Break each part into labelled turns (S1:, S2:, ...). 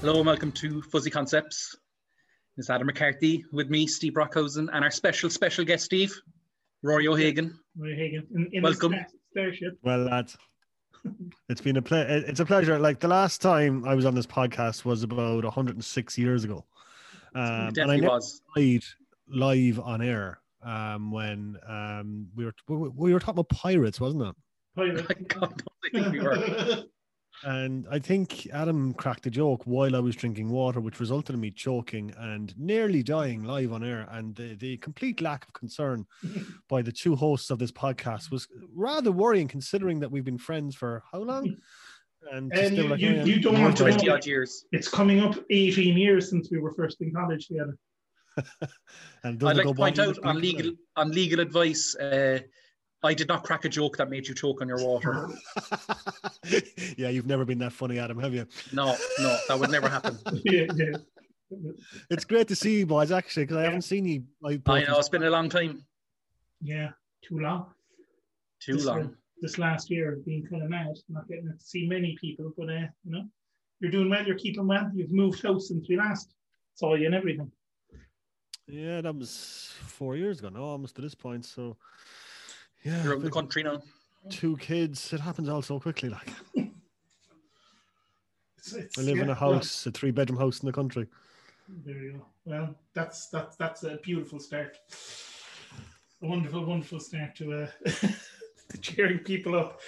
S1: Hello and welcome to Fuzzy Concepts. It's Adam McCarthy with me, Steve Brockhausen, and our special, special guest, Steve, Rory O'Hagan.
S2: Rory Hagan. In, in
S1: Welcome.
S2: The sta- starship.
S3: Well, lads, it's been a ple- it- it's a pleasure. Like the last time I was on this podcast was about 106 years ago, um, and I
S1: definitely
S3: never
S1: was.
S3: played live on air um, when um, we were we were- we were talking about pirates, wasn't it?
S2: Pilot.
S1: I God, don't think we were.
S3: And I think Adam cracked a joke while I was drinking water, which resulted in me choking and nearly dying live on air. And the, the complete lack of concern by the two hosts of this podcast was rather worrying, considering that we've been friends for how long? And, to
S2: And
S3: still
S2: you-
S3: like,
S2: you-
S3: "Oh, yeah,
S2: you don't
S3: I'm
S2: want to
S3: dying."
S1: 20 odd years.
S2: it's coming up 18 years since we were first in college together.
S3: And it
S1: I'd
S3: doesn't
S1: like
S3: go
S1: to point
S3: by-
S1: out on legal, on legal advice, uh, I did not crack a joke that made you choke on your water.
S3: yeah, you've never been that funny, Adam, have you?
S1: No, no, that would never happen.
S2: yeah, yeah.
S3: It's great to see you boys, actually, because I haven't seen you. Like,
S1: I know, it's been a long time.
S2: yeah, too long.
S1: Too long.
S2: This last year, being kind of mad, not getting to see many people, but uh, you know, you're doing well, you're keeping well. You've moved house since we last saw you and everything.
S3: Yeah, that was four years ago now, almost to this point. So, yeah,
S1: You're out in the
S3: big-
S1: country now.
S3: two kids. It happens all so quickly. Like
S2: It's, it's,
S3: I live in
S2: yeah,
S3: a house, a three-bedroom house in the country.
S2: well, there you go. Well, that's that's that's a beautiful start. A wonderful, wonderful start to uh, to cheering people up.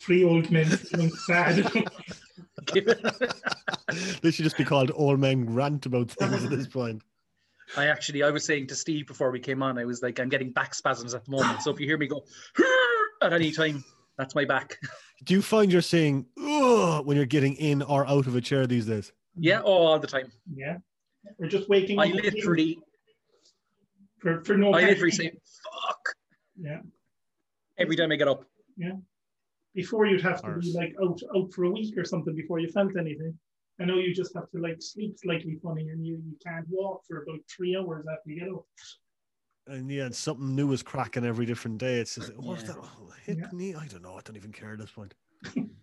S2: Three old men feeling sad.
S3: this should just be called "All Men Rant About Things" at this point.
S1: I actually, I was saying to Steve before we came on, I was like, I'm getting back spasms at the moment. So if you hear me go at any time, that's my back.
S3: Do you find you're saying "Ugh" when you're getting in or out of a chair these days?
S1: Yeah, oh, all the time.
S2: Yeah. We're just waiting
S1: I literally,
S2: for, for no
S1: I
S2: apparent
S1: literally
S2: reason.
S1: say fuck
S2: yeah.
S1: every time I get up.
S2: Before you'd have to be
S3: Arse.
S2: like out out for a week or something before you felt anything. I know you just have to like sleep slightly funny and you, you can't walk for about three hours after you get up.
S3: And yeah, and something new is cracking every different day. It's just, what's
S1: Yeah.
S3: that? Oh, hip
S2: Yeah.
S3: knee? I don't know. I don't even care at this point.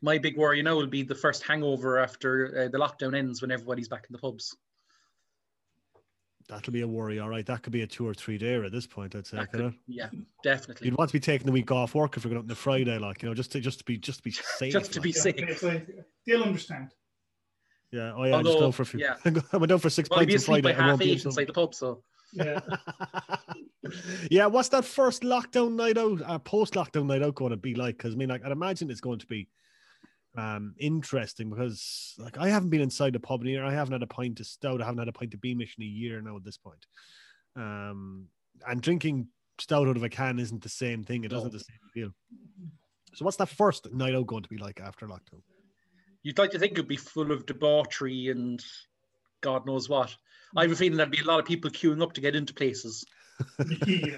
S1: My big worry now will be the first hangover after uh, the lockdown ends when everybody's back in the pubs.
S3: That'll be a worry. All right, that could be a two or three day at this point. I'd say.
S1: That
S3: couldn't it?
S1: Yeah, definitely.
S3: You'd want to be taking the week off work if you're going up on the Friday, like you know, just to just to be just to be safe.
S1: Just to
S3: like.
S1: be
S2: Yeah,
S1: safe.
S2: it's like, they'll understand.
S3: Yeah, oh yeah, I just
S1: Although,
S3: go for a few.
S1: yeah.
S3: I went down for six
S1: Well, I'll be
S3: pints on
S1: asleep by
S3: Friday.
S1: half
S3: I won't be
S1: eight
S3: until-
S1: inside the pub, so
S2: Yeah.
S3: yeah, what's that first lockdown night out, uh, post lockdown night out going to be like? Because I mean, like, I'd imagine it's going to be um interesting because like I haven't been inside the pub in a year. I haven't had a pint of stout. I haven't had a pint of Beamish in a year now at this point. Um, and drinking stout out of a can isn't the same thing. It
S1: No.
S3: doesn't have the same feel. So what's that first night out going to be like after lockdown?
S1: you'd like to think it'd be full of debauchery and God knows what. I have a feeling there'd be a lot of people queuing up to get into places.
S2: yeah.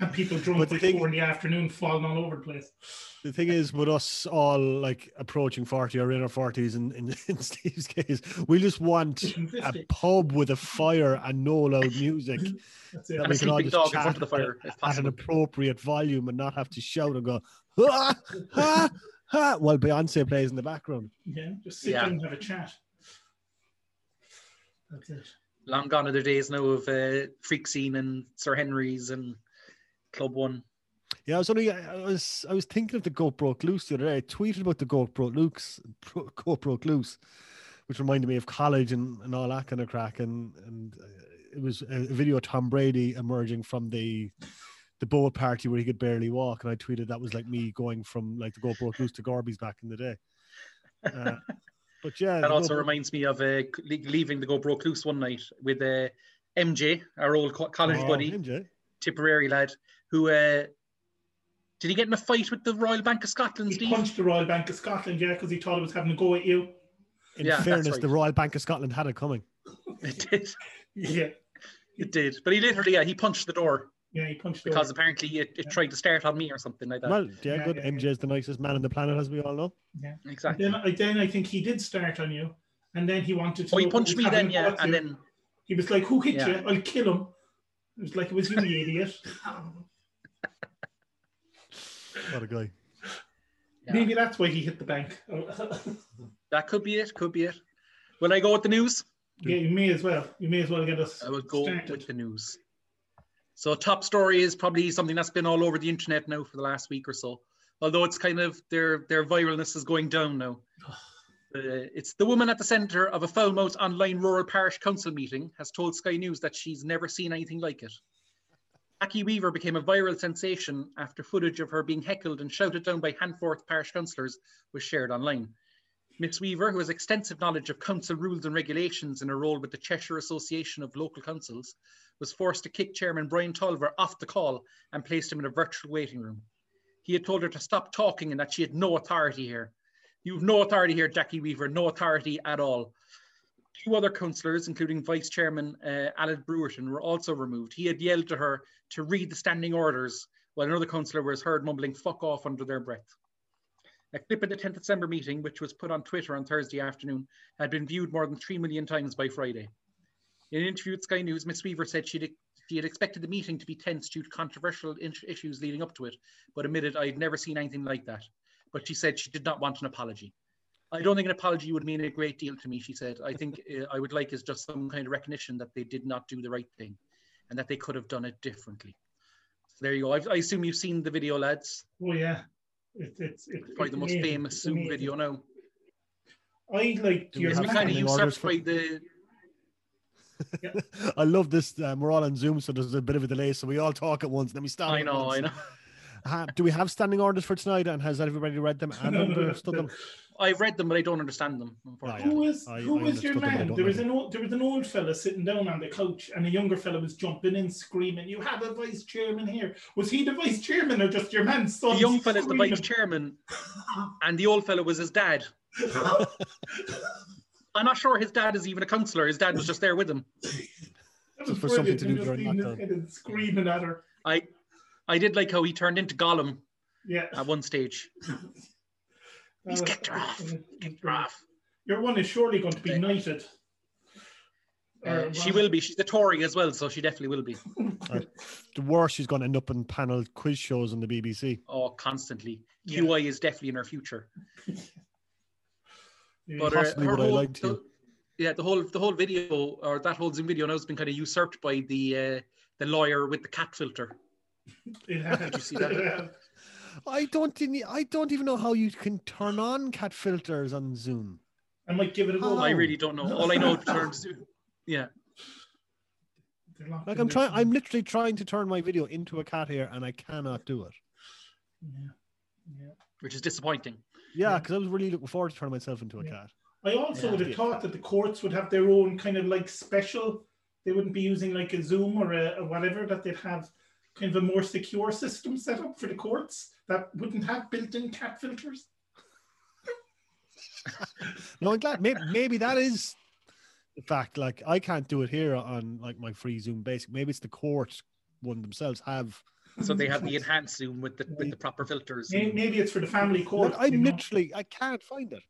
S2: And people drunk
S3: But the
S2: at
S3: thing-
S2: four in the afternoon falling all over the place.
S3: The thing is, with us all like approaching 40 or in our 40s, in, in, in Steve's case, we just want a pub with a fire and no loud music
S2: That's it.
S3: Yeah,
S1: And
S3: we
S1: a
S3: can all
S1: sleeping
S3: just
S1: dog in
S3: chat
S1: front of the fire, if
S3: at an
S1: possible.
S3: appropriate volume and not have to shout and go, ah, ah, ah, while Beyonce plays in the background.
S2: Yeah. Just sit
S1: Yeah.
S2: down and have a chat. That's it.
S1: Long gone are the days now of uh, Freak Scene and Sir Henry's and Club One.
S3: Yeah, I was only, I was, I was thinking of the goat broke loose the other day. I tweeted about the goat broke loose, Pro- goat broke loose, which reminded me of college and, and all that kind of crack. And and uh, it was a a video of Tom Brady emerging from the the boat party where he could barely walk. And I tweeted that was like me going from like the goat broke loose to Gorby's back in the day. Uh, but yeah,
S1: That
S3: the
S1: also
S3: goat-
S1: reminds me of uh, le- leaving the Go Broke Loose one night with uh, MJ, our old co- college
S3: Oh,
S1: buddy,
S3: MJ.
S1: Tipperary lad, who uh, did he get in a fight with the Royal Bank of Scotland,
S2: He
S1: Steve?
S2: punched the Royal Bank of Scotland, yeah, because he thought it was having a go at you.
S3: In
S1: Yeah, that's
S3: fairness,
S1: right.
S3: the Royal Bank of Scotland had it coming.
S1: It did.
S2: Yeah,
S1: It did. But he literally, yeah, he punched the door
S2: yeah, he punched the
S1: because apparently it, it tried to start on me or something like that.
S3: Well, yeah,
S2: Yeah,
S3: good.
S2: yeah, yeah.
S3: MJ is the nicest man on the planet, as we all know.
S1: exactly.
S2: Then, I- then I think he did start on you, and then he wanted to.
S1: Oh, he
S2: know
S1: punched
S2: who was
S1: me then,
S2: having a go
S1: yeah,
S2: at
S1: and
S2: you.
S1: then
S2: he was like, "Who hit
S1: Yeah.
S2: you? I'll kill him." It was like it was you, you idiot.
S3: What a guy.
S1: Yeah.
S2: Maybe that's why he hit the bank.
S1: that could be it. Could be it. Will I go with the news?
S2: Yeah, you may as well. You may as well get us.
S1: I will go
S2: started.
S1: with the news. So, top story is probably something that's been all over the internet now for the last week or so. Although it's kind of their their viralness is going down now. Uh, it's the woman at the centre of a foul-mouthed online rural parish council meeting has told Sky News that she's never seen anything like it. Aki Weaver became a viral sensation after footage of her being heckled and shouted down by Hanforth parish councillors was shared online. Miss Weaver, who has extensive knowledge of council rules and regulations in her role with the Cheshire Association of Local Councils, was forced to kick Chairman Brian Tolliver off the call and placed him in a virtual waiting room. He had told her to stop talking and that she had no authority here. You've no authority here, Jackie Weaver, no authority at all. Two other councillors, including Vice Chairman uh, Alan Brewerton, were also removed. He had yelled to her to read the standing orders, while another councillor was heard mumbling fuck off under their breath. A clip of the 10th December meeting, which was put on Twitter on Thursday afternoon, had been viewed more than 3 million times by Friday. In an interview with Sky News, Miss Weaver said she'd, she had expected the meeting to be tense due to controversial in- issues leading up to it, but admitted I'd never seen anything like that. But she said she did not want an apology. I don't think an apology would mean a great deal to me, she said. I think uh, I would like is just some kind of recognition that they did not do the right thing and that they could have done it differently. So there you go. I've, I assume you've seen the video, lads.
S2: Oh yeah, it, it's it's
S1: Probably the most
S2: amazing.
S1: famous
S2: It's
S1: Zoom
S2: amazing.
S1: video now.
S2: I like
S3: Do we
S2: your
S1: It's been
S2: man.
S3: have
S1: kind of
S3: standing orders
S1: usurped
S3: for-
S1: by the
S3: I love this. Um, we're all on Zoom, so there's a bit of a delay. So we all talk at once, then we stop.
S1: I
S3: at
S1: know,
S3: once.
S1: I know.
S3: Ha- do we have standing orders for tonight? And has everybody read them and
S2: No, no, no,
S3: understood
S2: no.
S3: them?
S1: I've read them, but I don't understand them.
S2: Who
S1: Unfortunately.
S3: Oh, yeah.
S2: was
S3: I-
S2: who
S3: I
S2: was your
S3: understood them, I
S2: man?
S3: don't
S2: There was
S3: know.
S2: an old there was an old fella sitting down on the couch, and a younger fella was jumping in, screaming, "You have a vice chairman here." Was he the vice chairman or just your man's son?
S1: The young fella's the vice
S2: screaming?
S1: chairman, and the old fella was his dad. I'm not sure his dad is even a councillor. His dad was just there with him.
S2: That
S3: So
S2: was
S3: for something
S2: brilliant.
S3: to
S2: And just seeing
S3: do during
S2: this
S3: lockdown.
S2: kid and screaming at her.
S1: I, I did like how he turned into Gollum
S2: Yeah,
S1: at one stage. Oh, He's kicked her off. Kicked her off.
S2: Your one is surely going to be
S1: Okay.
S2: knighted.
S1: Uh,
S2: Or-
S1: she will be. She's a Tory as well, so she definitely will be.
S3: The worst, she's going to end up in panel quiz shows on the BBC.
S1: Oh, constantly.
S2: Yeah.
S1: QI is definitely in her future.
S2: Yeah.
S1: But uh,
S3: Possibly
S1: her
S3: what I
S1: whole,
S3: lied to.
S1: the- yeah, the whole the whole video or that whole Zoom video now has been kind of usurped by the uh, the lawyer with the cat filter.
S2: Yeah.
S1: Did you see that?
S2: Yeah.
S3: I don't. even- I don't even know how you can turn on cat filters on Zoom.
S2: I might give it a go.
S3: Oh.
S1: I really don't know. All I know terms. Yeah,
S2: They're locked
S3: Like
S2: in
S3: I'm
S2: there
S3: trying. I'm
S2: somewhere.
S3: literally trying to turn my video into a cat here, and I cannot do it.
S2: Yeah.
S1: which is disappointing.
S3: Yeah,
S2: Yeah.
S3: because I was really looking forward to turning myself into a
S2: Yeah.
S3: cat.
S2: Yeah. I also
S1: Yeah.
S2: would have thought that the courts would have their own kind of like special. They wouldn't be using like a Zoom or a, a whatever. That they'd have kind of a more secure system set up for the courts that wouldn't have built-in cat filters.
S3: No, I'm glad. Maybe, maybe that is the fact. Like I can't do it here on like my free Zoom basic. Maybe it's the court one themselves have.
S1: So they have the enhanced Zoom with the with the proper filters.
S2: May- Maybe it's for the family
S3: Like,
S2: court. you
S3: I'm
S2: know.
S3: literally. I can't find it.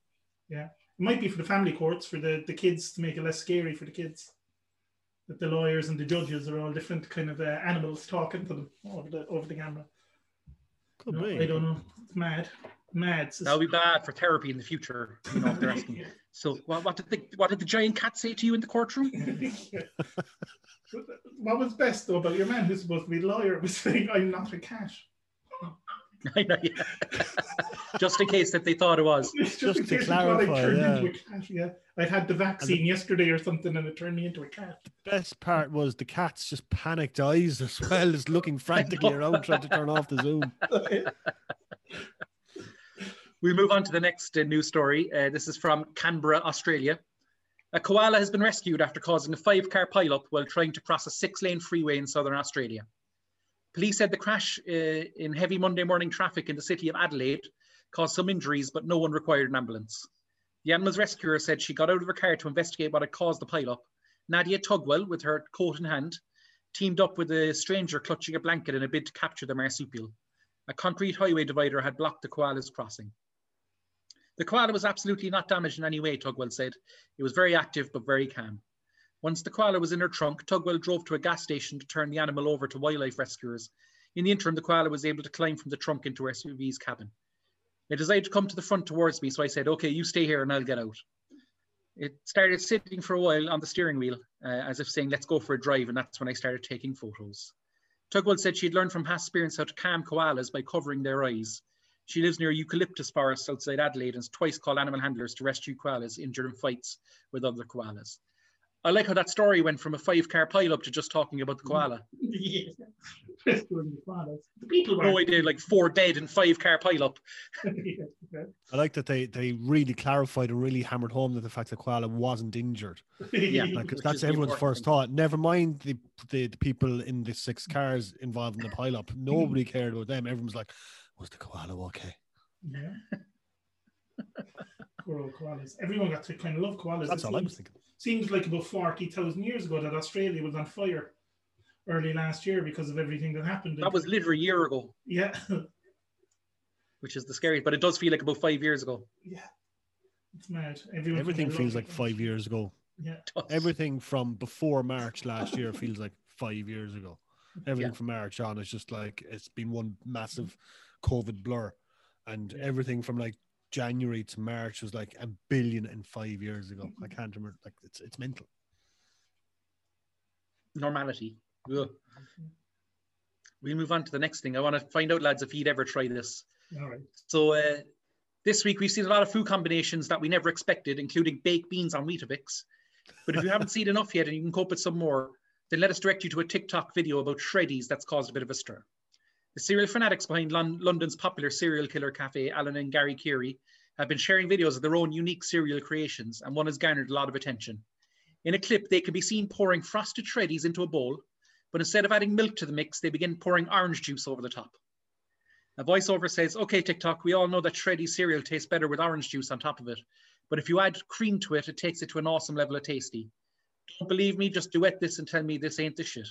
S2: It might be for the family courts for the, the kids to make it less scary for the kids. That the lawyers and the judges are all different kind of uh, animals talking to them over the over the camera.
S3: Could
S2: No,
S3: be.
S2: I don't know. It's mad, mad. It's-
S1: That'll be bad for therapy in the future. You know, if they're asking. So what, what did the what did the giant cat say to you in the courtroom?
S2: what was best though about your man who's supposed to be a lawyer was saying, "I'm not a cat."
S1: I know, yeah. Just in case that they thought it was.
S2: Just,
S3: Just
S2: in
S3: to
S2: case you thought I
S3: clarify,
S2: turned
S3: yeah.
S2: into a cat. Yeah, I had the vaccine yesterday or something, and it turned me into a cat.
S3: Best part was the cat's just panicked eyes as well as looking frantically around trying to turn off the Zoom.
S1: We move on to the next uh, news story. Uh, this is from Canberra, Australia. A koala has been rescued after causing a five car pileup while trying to cross a six lane freeway in southern Australia. Police said the crash uh, in heavy Monday morning traffic in the city of Adelaide caused some injuries, but no one required an ambulance. The animal's rescuer said she got out of her car to investigate what had caused the pileup. Nadia Tugwell, with her coat in hand, teamed up with a stranger clutching a blanket in a bid to capture the marsupial. A concrete highway divider had blocked the koala's crossing. The koala was absolutely not damaged in any way, Tugwell said. It was very active but very calm. Once the koala was in her trunk, Tugwell drove to a gas station to turn the animal over to wildlife rescuers. In the interim, the koala was able to climb from the trunk into her SUV's cabin. It decided to come to the front towards me, so I said, Okay, you stay here and I'll get out. it started sitting for a while on the steering wheel, uh, as if saying, let's go for a drive. And that's when I started taking photos. Tugwell said she'd learned from past experience how to calm koalas by covering their eyes. She lives near eucalyptus forests outside Adelaide and has twice called animal handlers to rescue koalas injured in fights with other koalas. I like how that story went from a five car pileup to just talking about the koala.
S2: Mm-hmm. Yeah. Rescuing the koalas. The people
S3: Oh,
S1: No
S2: were.
S1: idea, like four dead and five car pileup.
S3: I like that they, they really clarified and really hammered home that the fact that Koala wasn't injured.
S1: Yeah,
S3: Like, 'cause
S1: Which is
S3: that's
S1: the
S3: everyone's
S1: important
S3: first
S1: thing.
S3: thought. Never mind the, the, the people in the six cars involved in the pileup. Nobody cared about them. Everyone was like, was the koala okay?
S2: Yeah. Poor old koalas. Everyone got to kind of love koalas.
S3: That's
S2: It
S3: all I was
S2: seems-
S3: thinking.
S2: Seems like about 40,000 years ago that Australia was on fire early last year because of everything that happened.
S1: That was literally a year ago,
S2: Yeah.
S1: which is the scary, but it does feel like about five years ago.
S2: yeah. It's mad. Everyone
S3: Everything
S2: kinda loved
S3: feels like
S2: it.
S3: five years ago.
S2: Yeah.
S1: It does.
S3: Everything from before March last year feels like five years ago. Everything from March on is just like it's been one massive COVID blur. And
S2: Yeah.
S3: everything from like January to March was like a billion and five years ago. I can't remember. Like it's it's mental.
S1: normality. Ugh. We move on to the next thing. I want to find out, lads, if you'd ever try this.
S2: All right.
S1: So uh, this week we've seen a lot of food combinations that we never expected, including baked beans on Weetabix. But if you haven't seen enough yet and you can cope with some more, then let us direct you to a TikTok video about Shreddies that's caused a bit of a stir. The serial fanatics behind Lon- London's popular serial killer cafe, Alan and Gary Keary, have been sharing videos of their own unique serial creations, and one has garnered a lot of attention. In a clip, they can be seen pouring frosted Shreddies into a bowl, but instead of adding milk to the mix, they begin pouring orange juice over the top. A voiceover says, okay, TikTok, we all know that shreddy cereal tastes better with orange juice on top of it. But if you add cream to it, it takes it to an awesome level of tasty. Don't believe me, just duet this and tell me this ain't the shit.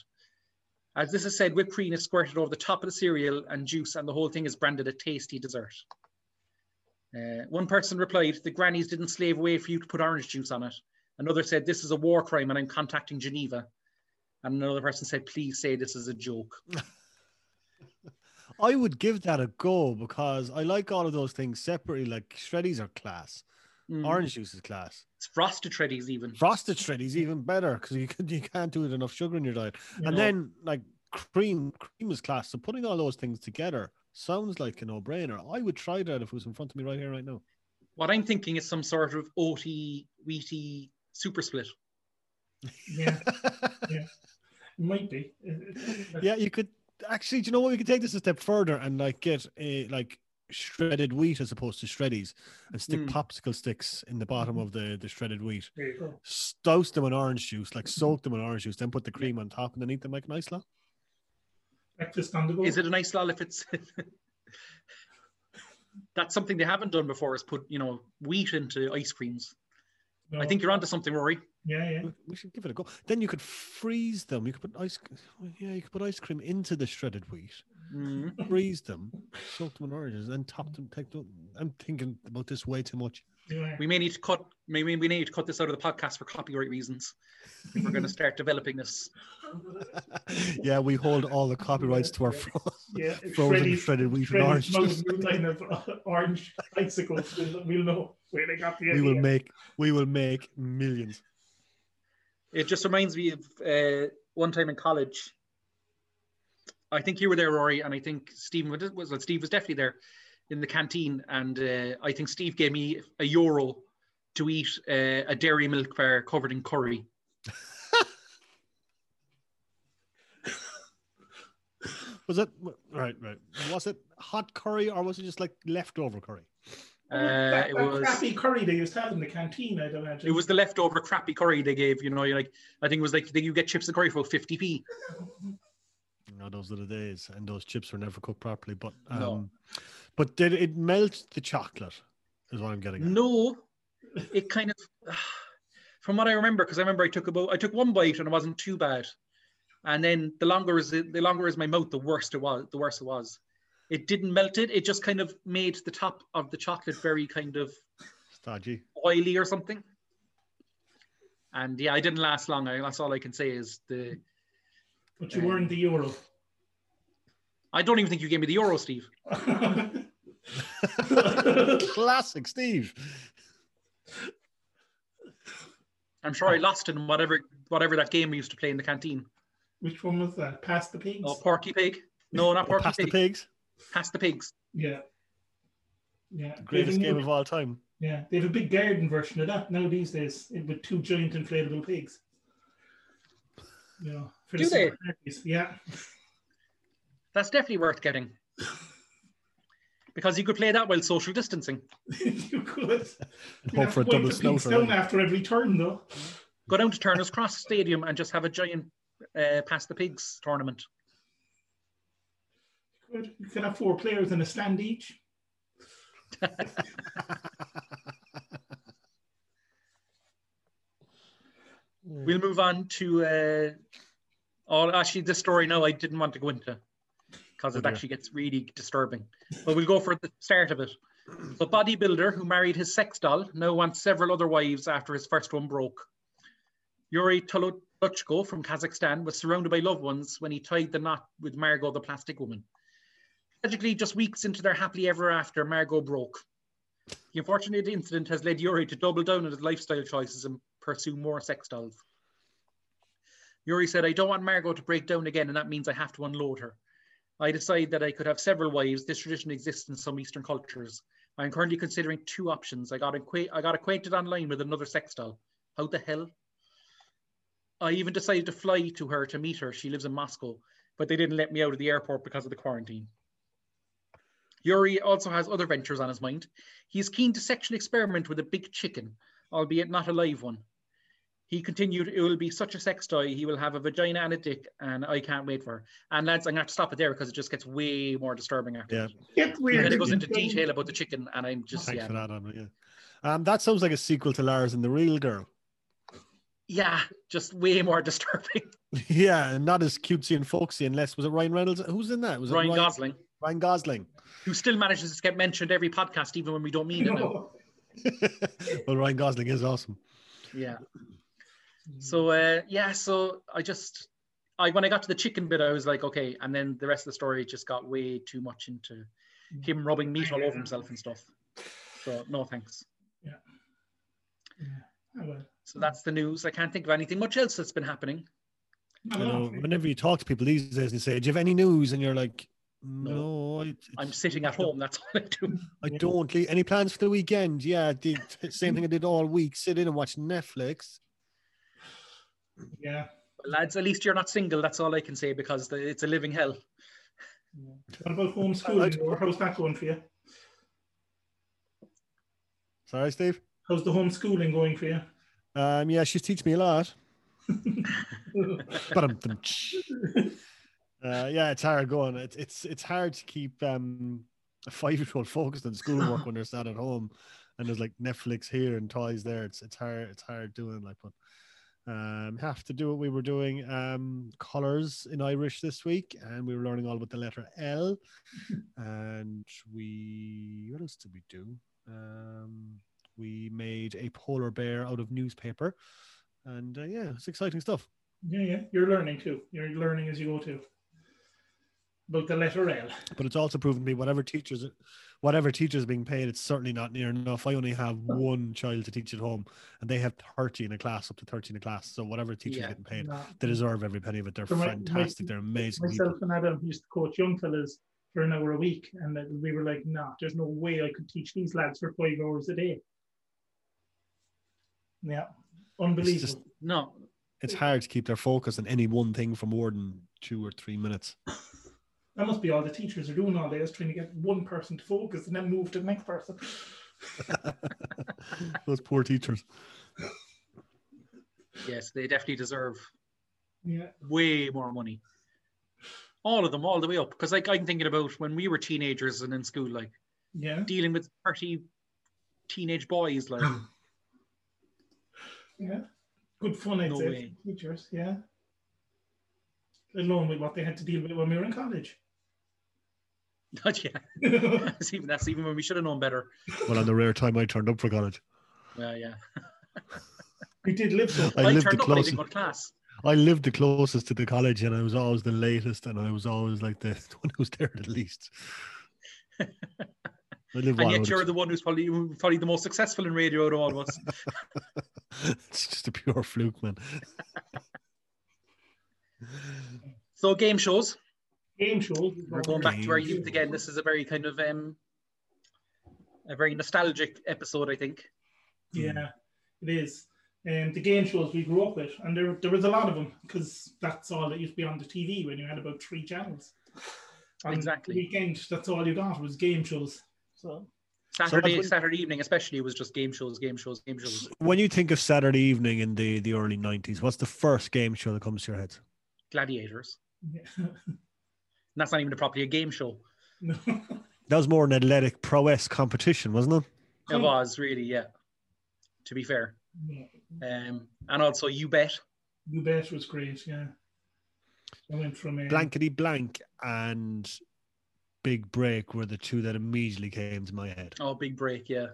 S1: As this is said, whipped cream is squirted over the top of the cereal and juice, and the whole thing is branded a tasty dessert. Uh, one person replied, the grannies didn't slave away for you to put orange juice on it. Another said, this is a war crime and I'm contacting Geneva. And another person said, please say this is a joke.
S3: I would give that a go because I like all of those things separately. Like shreddies are class.
S1: Mm.
S3: Orange juice is class.
S1: It's frosted shreddies even.
S3: Frosted shreddies even better because you can, you can't do it enough sugar in your diet.
S2: You
S3: and
S2: know,
S3: then like cream, cream is class. So putting all those things together sounds like a no-brainer. I would try that if it was in front of me right here, right now.
S1: What I'm thinking is some sort of oaty, wheaty super split.
S2: yeah, it might be. Uh,
S3: yeah, you could actually. Do you know what? We could take this a step further and like get a like shredded wheat as opposed to shreddies, and stick
S1: Mm.
S3: popsicle sticks in the bottom of the the shredded wheat.
S2: There you go.
S3: S- Douse them in orange juice, like soak them in orange juice, then put the cream on top, and then eat them like an ice lot.
S2: Breakfast on the go.
S1: Is it a nice lol if it's? That's something they haven't done before is put you know wheat into ice creams.
S2: No.
S1: I think you're onto something, Rory.
S2: Yeah, yeah.
S3: We- We should give it a go. Then you could freeze them. You could put ice. Yeah, you could put ice cream into the shredded wheat.
S1: Mm.
S3: freeze them, soak them in oranges, and top them. Take them. I'm thinking about this way too much.
S2: You are.
S1: We may need to cut. Maybe we need to cut this out of the podcast for copyright reasons. If we're going to start developing this.
S3: yeah, we hold all the copyrights to our
S2: Yeah.
S3: fro-
S2: yeah.
S3: frozen
S2: Freddy's-
S3: shredded wheat and
S2: Freddy's
S3: oranges.
S2: Mountain Dew line of uh, orange icicles. We'll, we'll know where they got the
S3: We will
S2: idea.
S3: make we will make millions.
S1: It just reminds me of uh, one time in college. I think you were there, Rory, and I think Stephen was- was. well, Steve was definitely there in the canteen, and uh, I think Steve gave me a euro to eat uh, a dairy milk bar covered in curry.
S3: Was it right? Right? Was it hot curry or was it just like leftover curry?
S1: Uh,
S2: Oh, that,
S1: it
S2: that
S1: was.
S2: crappy curry they used to have in the canteen, I'd imagine.
S1: It was the leftover crappy curry they gave, you know. You're like, I think it was like you get chips and curry for fifty p.
S3: You know, those are the days, and those chips were never cooked properly. But um,
S1: No.
S3: but did it melt the chocolate? Is what I'm getting. at.
S1: No, it kind of, from what I remember, because I remember I took about I took one bite and it wasn't too bad, and then the longer is it, the longer is my mouth, the worse it was. The worse it was. It didn't melt it. It just kind of made the top of the chocolate very kind of
S3: Stodgy.
S1: oily or something. And yeah, I didn't last long. I, that's all I can say is the.
S2: But you weren't the euro.
S1: I don't even think you gave me the euro, Steve.
S3: Classic Steve.
S1: I'm sure I lost in whatever whatever that game we used to play in the canteen.
S2: Which one was that? Past the pigs.
S1: Oh, Porky Pig. No, not
S3: Or
S1: Porky
S3: past the
S1: Pig.
S3: pigs.
S1: Past the Pigs.
S2: Yeah. Yeah.
S3: The greatest
S2: They've a
S3: game
S2: new-
S3: of all time.
S2: Yeah, they have a big garden version of that now these days it- with two giant inflatable pigs. Yeah. for the
S1: Do they?
S2: summer parties. Yeah.
S1: That's definitely worth getting. Because you could play that while social distancing.
S2: you could.
S3: And
S2: You'd
S3: hope
S2: have
S3: for a
S2: to wipe the
S3: double
S2: pigs
S3: snout.
S2: down
S3: around.
S2: after every turn, though.
S1: Go down to Turner's Cross Stadium and just have a giant uh, Past the Pigs tournament.
S2: Good. You can have four players in a stand each.
S1: We'll move on to. Uh, oh, actually, this story now I didn't want to go into because
S3: Oh,
S1: it
S3: dear.
S1: actually gets really disturbing. But we'll go for the start of it. The bodybuilder who married his sex doll now wants several other wives after his first one broke. Yuri Tolochko from Kazakhstan was surrounded by loved ones when he tied the knot with Margot, the plastic woman. Tragically, just weeks into their happily ever after, Margot broke. The unfortunate incident has led Yuri to double down on his lifestyle choices and pursue more sex dolls. Yuri said, I don't want Margot to break down again, and that means I have to unload her. I decide that I could have several wives. This tradition exists in some Eastern cultures. I'm currently considering two options. I got, acqua- I got acquainted online with another sex doll. How the hell? I even decided to fly to her to meet her. She lives in Moscow, but they didn't let me out of the airport because of the quarantine. Yuri also has other ventures on his mind. He's keen to sexually experiment with a big chicken, albeit not a live one. He continued, It will be such a sex toy. He will have a vagina and a dick, and I can't wait for her. And lads, I'm going to have to stop it there because it just gets way more disturbing after.
S3: Yeah.
S1: that.
S2: Get
S1: And
S2: weird.
S1: then it goes into
S2: Get
S1: detail about the chicken, and I'm just,
S3: Thanks
S1: yeah.
S3: for that, Adam. Yeah. Um, that sounds like a sequel to Lars and the Real Girl.
S1: Yeah, just way more disturbing.
S3: yeah, and not as cutesy and folksy, unless was it Ryan Reynolds? Who's in that? Was it
S1: Ryan Gosling,
S3: Ryan Gosling.
S1: who still manages to get mentioned every podcast, even when we don't mean it now.
S2: No.
S3: well, Ryan Gosling is awesome.
S1: Yeah.
S2: oh,
S1: So uh, yeah, so I just I when I got to the chicken bit, I was like, okay, and then the rest of the story just got way too much into him rubbing meat all over himself and stuff. So no thanks.
S2: Yeah. Oh, well.
S1: So that's the news. I can't think of anything much else that's been happening.
S2: I
S3: You
S2: don't
S3: know,
S2: know.
S3: whenever you talk to people these days and say, "Do you have any news?" and you're like, "No, I,
S1: I'm sitting at home. That's all I do.
S3: I don't. Leave. Any plans for the weekend? Yeah, I did same thing I did all week. Sit in and watch Netflix.
S2: Yeah.
S1: Lads, at least you're not single. That's all I can say because the, it's a living hell.
S2: What about homeschooling? Or how's that going for you?
S3: Sorry, Steve.
S2: How's the homeschooling going for you?
S3: Um, yeah, she's teaching me a lot. but uh, yeah, it's hard going. It's it's it's hard to keep um, a five year old focused on schoolwork when they're sat at home, and there's like Netflix here and toys there. It's it's hard it's hard doing like but um, have to do what we were doing um, colors in Irish this week, and we were learning all about the letter L, and we what else did we do? Um, we made a polar bear out of newspaper, and uh, yeah, it's exciting stuff.
S2: Yeah, yeah. You're learning too. You're learning as you go too. About the letter L.
S3: but it's also proven to be whatever teachers whatever teachers are being paid it's certainly not near enough i only have one child to teach at home and they have 30 in a class up to 30 in a class so whatever teachers
S1: Yeah.
S3: getting paid
S2: No.
S3: they deserve every penny of it they're
S2: So my- my-
S3: fantastic they're amazing people.
S2: Myself and Adam used to coach young fellas for an hour a week, and then we were like, "Nah, there's no way I could teach these lads for five hours a day." Yeah,
S3: it's
S2: unbelievable.
S3: just
S1: No,
S3: it's hard to keep their focus on any one thing for more than two or three minutes
S2: that must be all the teachers are doing all day is trying to get one person to focus and then move to the next person.
S3: those poor teachers
S1: yes, they definitely deserve
S2: Yeah,
S1: way more money. All of them, all the way up. Because like I'm thinking about when we were teenagers and in school, like
S2: yeah.
S1: dealing with thirty teenage boys, like
S2: Yeah. Good fun, I'd
S1: No
S2: say,
S1: way.
S2: for teachers, yeah. Along with what they had to deal with when we were in college.
S1: not yet. That's even that's even when we should have known better.
S3: well on the rare time i turned up for college
S1: Yeah, yeah.
S2: we did live so.
S3: I lived the
S1: turned up late in
S3: closest-
S1: good class.
S3: i lived the closest to the college and i was always the latest and i was always like the one who was there the least I live
S1: And
S3: one
S1: yet you're the one who's probably probably the most successful in radio out of all of us.
S3: it's just a pure fluke, man.
S1: So game shows.
S2: Game shows. is
S1: We're
S2: what
S1: going back to our
S3: Games.
S1: youth again. This is a very kind of um, a very nostalgic episode, I think. Mm.
S2: Yeah, it is. And the game shows we grew up with, and there, there was a lot of them because that's all that used to be on the TV when you had about three channels. On the
S1: Exactly.
S2: weekend, that's all you got was game shows. So
S1: Saturday,
S3: that's-
S1: Saturday evening, especially, was just game shows, game shows, game shows.
S3: When you think of Saturday evening in the, the early 90s, what's the first game show that comes to your head?
S1: Gladiators.
S2: yeah.
S1: And that's not even properly a game show.
S2: no.
S3: That was more an athletic prowess competition, wasn't it?
S1: It was really, yeah. To be fair,
S2: Yeah.
S1: um, and also you bet.
S2: You bet was great. Yeah, I went from um,
S3: Blankety Blank and Big Break were the two that immediately came to my head.
S1: Oh, big break, yeah.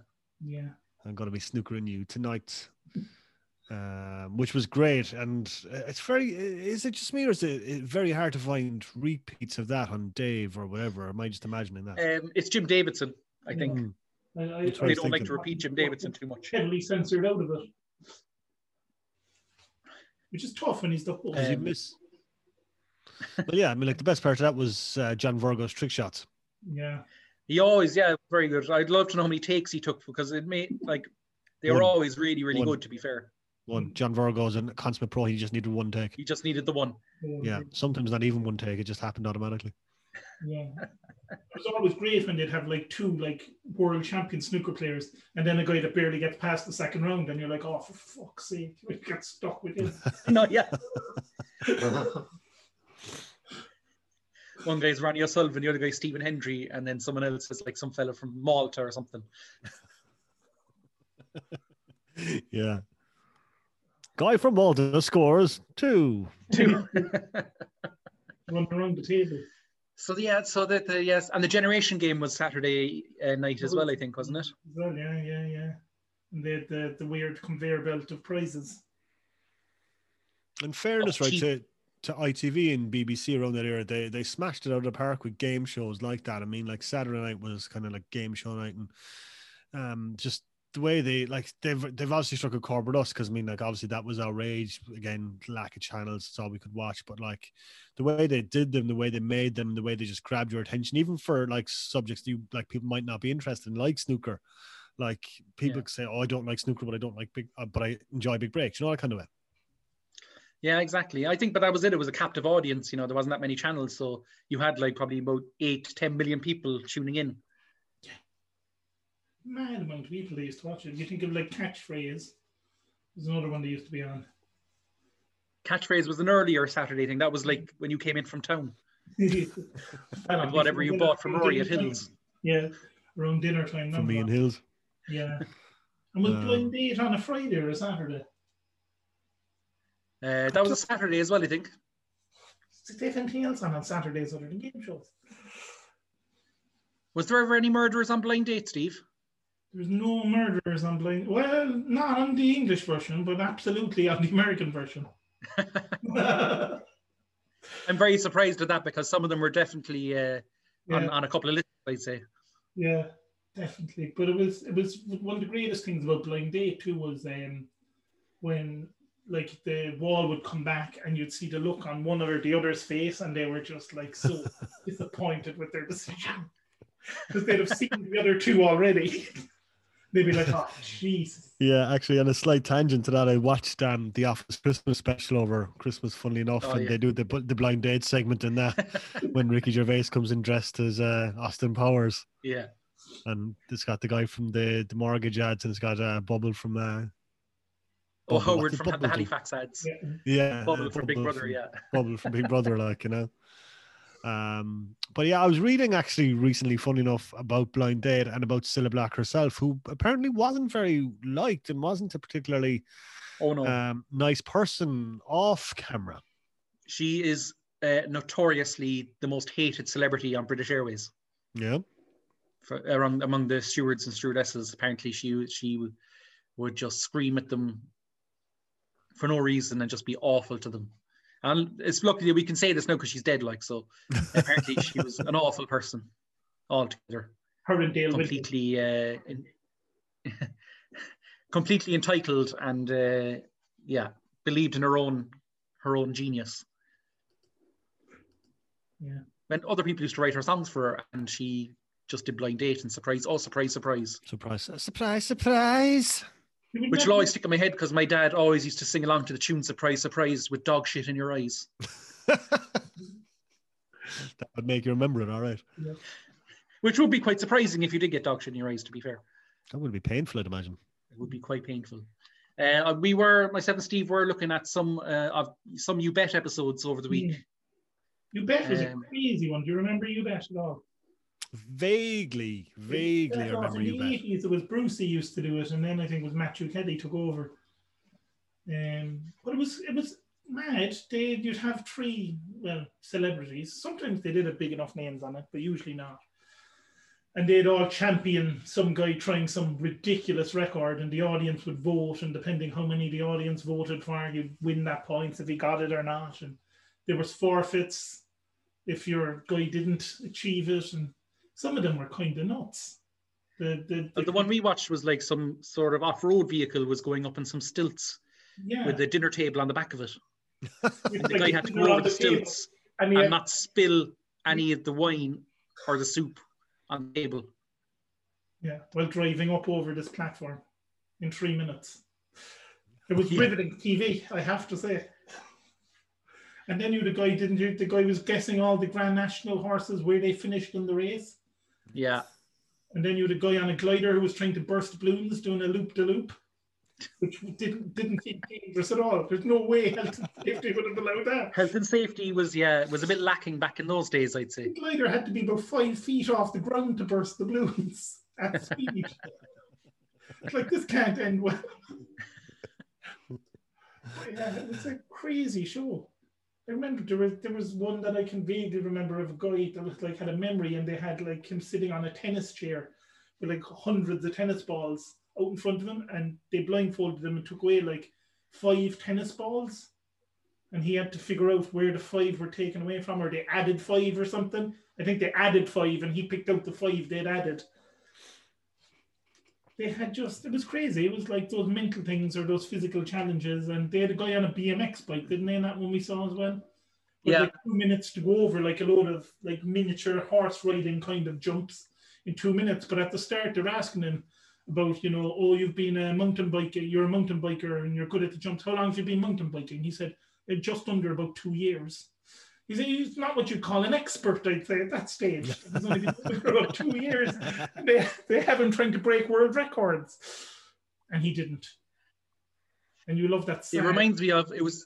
S2: Yeah,
S3: I'm going to be snookering you tonight, um, which was great. And uh, it's very, is it just me or is it, it very hard to find repeats of that on Dave or whatever? Am I just imagining that?
S1: Um, it's Jim Davidson, I think.
S3: Mm.
S2: I, I,
S3: Which
S2: I-
S1: They
S3: was
S1: don't like
S3: thinking-
S1: to repeat Jim Davidson too much.
S2: heavily censored out of it, which is tough when he's the host.
S3: Did you
S1: Um,
S3: miss? but yeah, I mean, like the best part of that was uh, John Virgo's trick shots.
S2: yeah,
S1: He always, yeah, very good. I'd love to know how many takes he took because it made like they were
S3: One.
S1: always really, really
S3: One.
S1: good. To be fair,
S3: One, John Virgo's a consummate pro. He just needed one take.
S1: he just needed the one.
S3: Yeah, sometimes not even one take. It just happened automatically.
S2: Yeah. It was always great when they'd have like two like world champion snooker players and then a guy that barely gets past the second round and you're like, oh for fuck's sake, we get stuck with this.
S1: No, yeah. One guy's Ronnie O'Sullivan, the other guy's Stephen Hendry, and then someone else is like some fella from Malta or something.
S3: yeah. Guy from Malta scores two.
S1: Two.
S2: Run around the table.
S1: so yeah, so that the yes, and the generation game was Saturday uh, night as well, I think, wasn't it?
S2: Well, yeah, yeah, yeah. And they had the, the weird conveyor belt of prizes.
S3: In fairness, right,
S1: cheap.
S3: to, to ITV and BBC around that era, they, they smashed it out of the park with game shows like that. I mean, like Saturday night was kind of like game show night and um, just the way they like they've they've obviously struck a chord with us because I mean like obviously that was our rage again lack of channels it's all we could watch but like the way they did them the way they made them the way they just grabbed your attention even for like subjects that you like people might not be interested in like snooker like people
S1: Yeah.
S3: could say oh I don't like snooker but I don't like big uh, but I enjoy big breaks you know that kind of way
S1: Yeah, exactly. I think, but that was it. It was a captive audience. You know, there wasn't that many channels, so you had like probably about eight, ten million people tuning in.
S2: Mad amount of people they used to watch it. You think of like catchphrase. There's another one they used to be on.
S1: Catchphrase was an earlier Saturday thing. That was like when you came in from town with whatever you bought from Rory at Hills.
S2: Yeah. Around dinner time.
S3: for me
S2: remember?
S3: and Hills
S2: Yeah. And was
S3: Um,
S2: Blind Date on a Friday or a Saturday?
S1: Uh, that was a Saturday as well, I think.
S2: Did they have anything else on on Saturdays other than game shows?
S1: Was there ever any murderers on blind date, Steve?
S2: There's no murderers on Blind. Well, not on the English version, but absolutely on the American version. yeah.
S1: I'm very surprised at that because some of them were definitely uh, on, on a couple of lists, I'd say.
S2: yeah, definitely. But it was it was one of the greatest things about Blind Date too was um, when like the wall would come back and you'd see the look on one or the other's face and they were just like so disappointed with their decision because they'd have seen the other two already. They'd be like, "Oh, Jesus."
S3: Yeah, actually, on a slight tangent to that, I watched um, the Office Christmas special over Christmas. Funnily enough,
S1: Oh,
S3: and
S1: yeah.
S3: they do the bu- the blind date segment in that when Ricky Gervais comes in dressed as uh, Austin Powers,
S1: Yeah.
S3: and it's got the guy from the, the mortgage ads, and it's got uh, Bubble from uh,
S1: Oh,
S3: Bubble,
S1: Howard
S3: what's it,
S1: from the
S3: Bubble do?
S1: Halifax ads.
S2: Yeah.
S3: yeah,
S1: Bubble
S3: uh,
S1: from Big Brother,
S3: from-
S1: yeah.
S3: Bubble from Big Brother, like you know. Um, but yeah, I was reading actually recently, funny enough, about Blind Date and about Cilla Black herself, who apparently wasn't very liked and wasn't a particularly
S1: Oh, no.
S3: um, nice person off camera.
S1: she is uh, notoriously the most hated celebrity on British Airways.
S3: Yeah.
S1: for, around among the stewards and stewardesses. Apparently, she she would, would just scream at them for no reason and just be awful to them. And it's lucky that we can say this now because she's dead. Like so, apparently she was an awful person altogether,
S2: Her and Dale Whitney.
S1: completely uh, in- completely entitled and uh, yeah, believed in her own her own genius.
S2: Yeah.
S1: When other people used to write her songs for her, and she just did blind date and surprise, oh surprise, surprise,
S3: Surprise, surprise, surprise.
S2: You would
S1: which
S2: not
S1: will always stick in my head because my dad always used to sing along to the tune "Surprise, Surprise" with dog shit in your eyes.
S3: that would make you remember it, all right.
S1: Which would be quite surprising if you did get dog shit in your eyes, to be fair.
S3: That would be painful, I'd imagine.
S1: It would be quite painful. Uh, we were, myself and Steve were looking at some uh, of some You Bet episodes over the week.
S2: Mm. Hmm. You bet was
S1: Um,
S2: a crazy one. Do you remember you bet at all?
S3: Vaguely, vaguely, I
S2: That was
S3: remember
S2: in
S3: you
S2: the
S3: bet.
S2: 80s. It was Brucey used to do it, and then I think it was Matthew Kelly took over. Um, but it was it was mad. They you'd have three well celebrities. Sometimes they did have big enough names on it, but usually not. And they'd all champion some guy trying some ridiculous record, and the audience would vote, and depending how many the audience voted for, you'd win that points if he got it or not. And there was forfeits if your guy didn't achieve it, and some of them were kind of nuts. The the,
S1: But the one we watched was like some sort of off-road vehicle was going up in some stilts
S2: yeah,
S1: with a dinner table on the back of it.
S2: It's
S1: And the
S2: like
S1: guy had to
S2: dinner
S1: go
S2: on
S1: over the
S2: table.
S1: stilts
S2: And he
S1: and
S2: had-
S1: not spill any of the wine or the soup on the table.
S2: yeah, while driving up over this platform in three minutes. It was
S1: Yeah.
S2: riveting TV, I have to say. And then you the guy didn't you the guy was guessing all the Grand National horses where they finished in the race.
S1: Yeah,
S2: And then you had a guy on a glider who was trying to burst balloons doing a loop de loop, which didn't didn't seem dangerous at all. There's no way health and safety would have allowed that.
S1: health and safety was yeah was a bit lacking back in those days, I'd say.
S2: The glider had to be about five feet off the ground to burst the balloons at speed. It's like this can't end well. But yeah, it was a crazy show. I remember there was there was one that I can vaguely remember of a guy that was like had a memory and they had like him sitting on a tennis chair with like hundreds of tennis balls out in front of him and they blindfolded him and took away like five tennis balls and he had to figure out where the five were taken away from or they added five or something. I think they added five and he picked out the five they'd added. They had just it was crazy. It was like those mental things or those physical challenges and they had a guy on a BMX bike, didn't they? That one we saw as well. With,
S1: Yeah.
S2: Like two minutes to go over like a load of like miniature horse riding kind of jumps in two minutes. But at the start, they're asking him about, you know, oh, you've been a mountain biker, you're a mountain biker and you're good at the jumps. How long have you been mountain biking? He said, "Uh, just under about two years. He said, he's not what you'd call an expert, I'd say, at that stage. He's only been doing it for about two years. And They, they have him trying to break world records. And he didn't. And you love that.
S1: It
S2: sad-
S1: reminds me of it was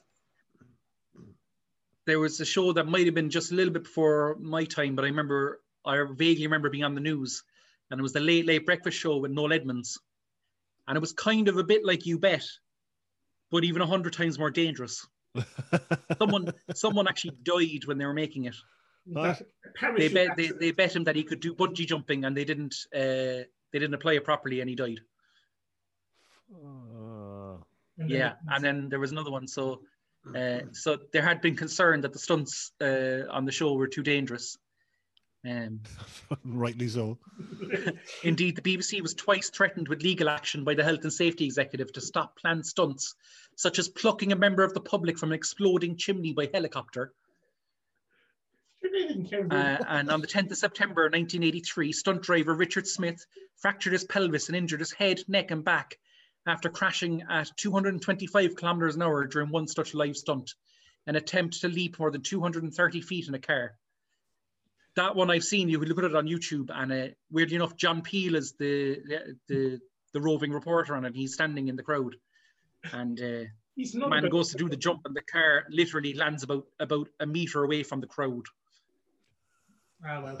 S1: there was a show that might have been just a little bit before my time, but I remember I vaguely remember being on the news, and it was the late late breakfast show with Noel Edmonds, and it was kind of a bit like You Bet, but even a hundred times more dangerous. Someone someone actually died when they were making it.
S2: that
S1: They
S2: parachute
S1: bet they,
S2: accident.
S1: they bet him that he could do bungee jumping, and they didn't uh, they didn't apply it properly, and he died.
S3: Uh,
S2: And then
S1: yeah
S2: it Oh, was-
S1: and then there was another one so uh, so there had been concern that the stunts uh, on the show were too dangerous um,
S3: rightly so.
S1: indeed the bbc was twice threatened with legal action by the health and safety executive to stop planned stunts such as plucking a member of the public from an exploding chimney by helicopter
S2: Sure, they didn't care about
S1: uh, and on the 10th of september 1983 stunt driver richard smith fractured his pelvis and injured his head neck and back after crashing at 225 kilometers an hour during one such live stunt an attempt to leap more than 230 feet in a car. That one I've seen. You can look at it on YouTube, and uh, weirdly enough, John Peel is the the the roving reporter on it. He's standing in the crowd, and uh,
S2: He's
S1: the
S2: not
S1: man
S2: about-
S1: goes to do the jump, and the car literally lands about about a meter away from the crowd.
S2: Ah, well.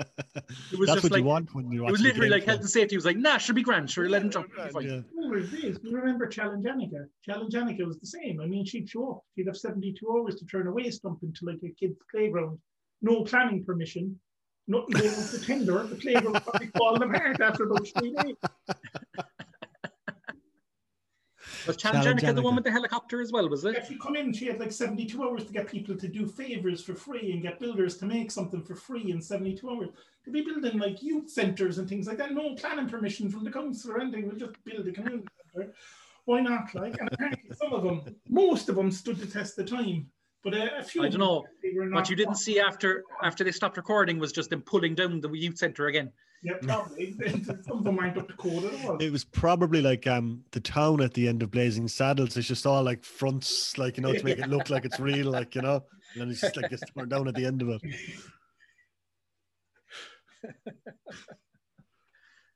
S1: It was just
S3: That's what
S1: like
S3: you want when you
S1: it was literally like health and safety was like, nah, should be grand, sure, let him jump. it'll be fine."
S3: Yeah.
S2: Who was this? You remember Challenge Annika? Challenge Annika was the same. I mean, she'd show up. She'd have 72 hours to turn away stump into like a kid's playground. No planning permission. Nothing going on the tender. The playground would probably falling apart after about three days.
S1: Was Challenge
S3: Challenge
S1: Annika the one
S3: Annika.
S1: with the helicopter as well? Was
S2: If
S1: it?
S2: she come in, she had like 72 hours to get people to do favors for free and get builders to make something for free in 72 hours. They'd be building like youth centers and things like that. No planning permission from the council or anything. We'll just build a community center. why not? Like, and apparently some of them, most of them stood the test of time. But uh, a few.
S1: I
S2: of
S1: don't
S2: them,
S1: know.
S2: they were
S1: What
S2: not-
S1: you didn't see after after they stopped recording was just them pulling down the youth centre again.
S2: Yeah, probably. some of them aren't up to code at all.
S3: It was probably like um the town at the end of Blazing Saddles. It's just all like fronts, like you know, to make it look like it's real, like you know. And then it's just like just torn down at the end of it.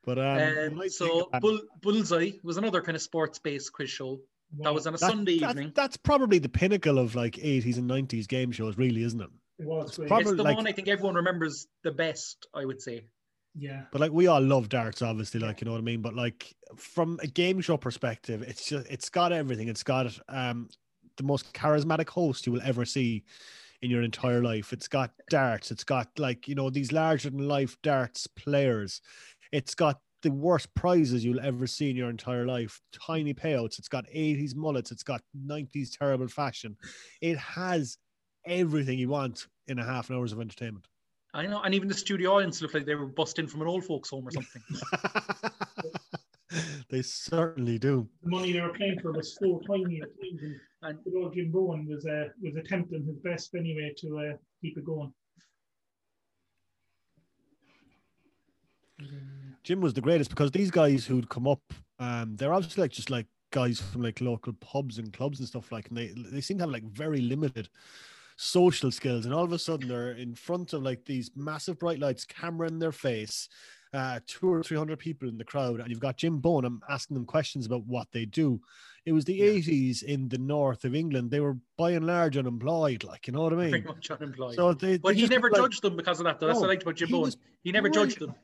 S3: But um, the
S1: Um,
S3: nice thing
S1: so
S3: about-
S1: Bull, Bullseye was another kind of sports-based quiz show that was on a
S3: that-
S1: Sunday
S3: that-
S1: evening.
S3: That's probably the pinnacle of like eighties and nineties game shows, really, isn't it?
S2: It was
S3: it's
S2: great.
S3: probably-
S1: it's the
S3: like-
S1: one I think everyone remembers the best. I would say.
S2: yeah.
S3: But like we all love darts, obviously, like you know what I mean. But like from a game show perspective, it's just it's got everything. It's got um the most charismatic host you will ever see in your entire life. It's got darts. It's got like you know these larger than life darts players. It's got the worst prizes you'll ever see in your entire life. Tiny payouts. It's got 80s mullets. It's got 90s terrible fashion. It has everything you want in a half an hour's of entertainment.
S1: I know, and even the studio audience looked like they were bust in from an old folks' home or something.
S3: they certainly do.
S2: The money they were playing for was so tiny. at times, And
S1: And-
S2: good old Jim Bowen was uh, was attempting his best anyway to uh, keep it going.
S3: Jim was the greatest because these guys who'd come up, um, they're obviously like just like guys from like local pubs and clubs and stuff like, and they they seem to have like very limited social skills, and all of a sudden they're in front of like these massive bright lights, camera in their face, uh, two or three hundred people in the crowd, and you've got Jim Bonham asking them questions about what they do. It was the
S1: Yeah.
S3: '80s in the north of England; they were by and large unemployed, like you know what I
S1: Very
S3: mean.
S1: much unemployed.
S3: So they,
S1: but
S3: they
S1: he
S3: just
S1: never
S3: looked like-
S1: judged them because of that, though. That's what
S3: No,
S1: I liked about Jim
S3: he
S1: Bowen.
S3: was
S1: He never
S3: brilliant.
S1: judged them.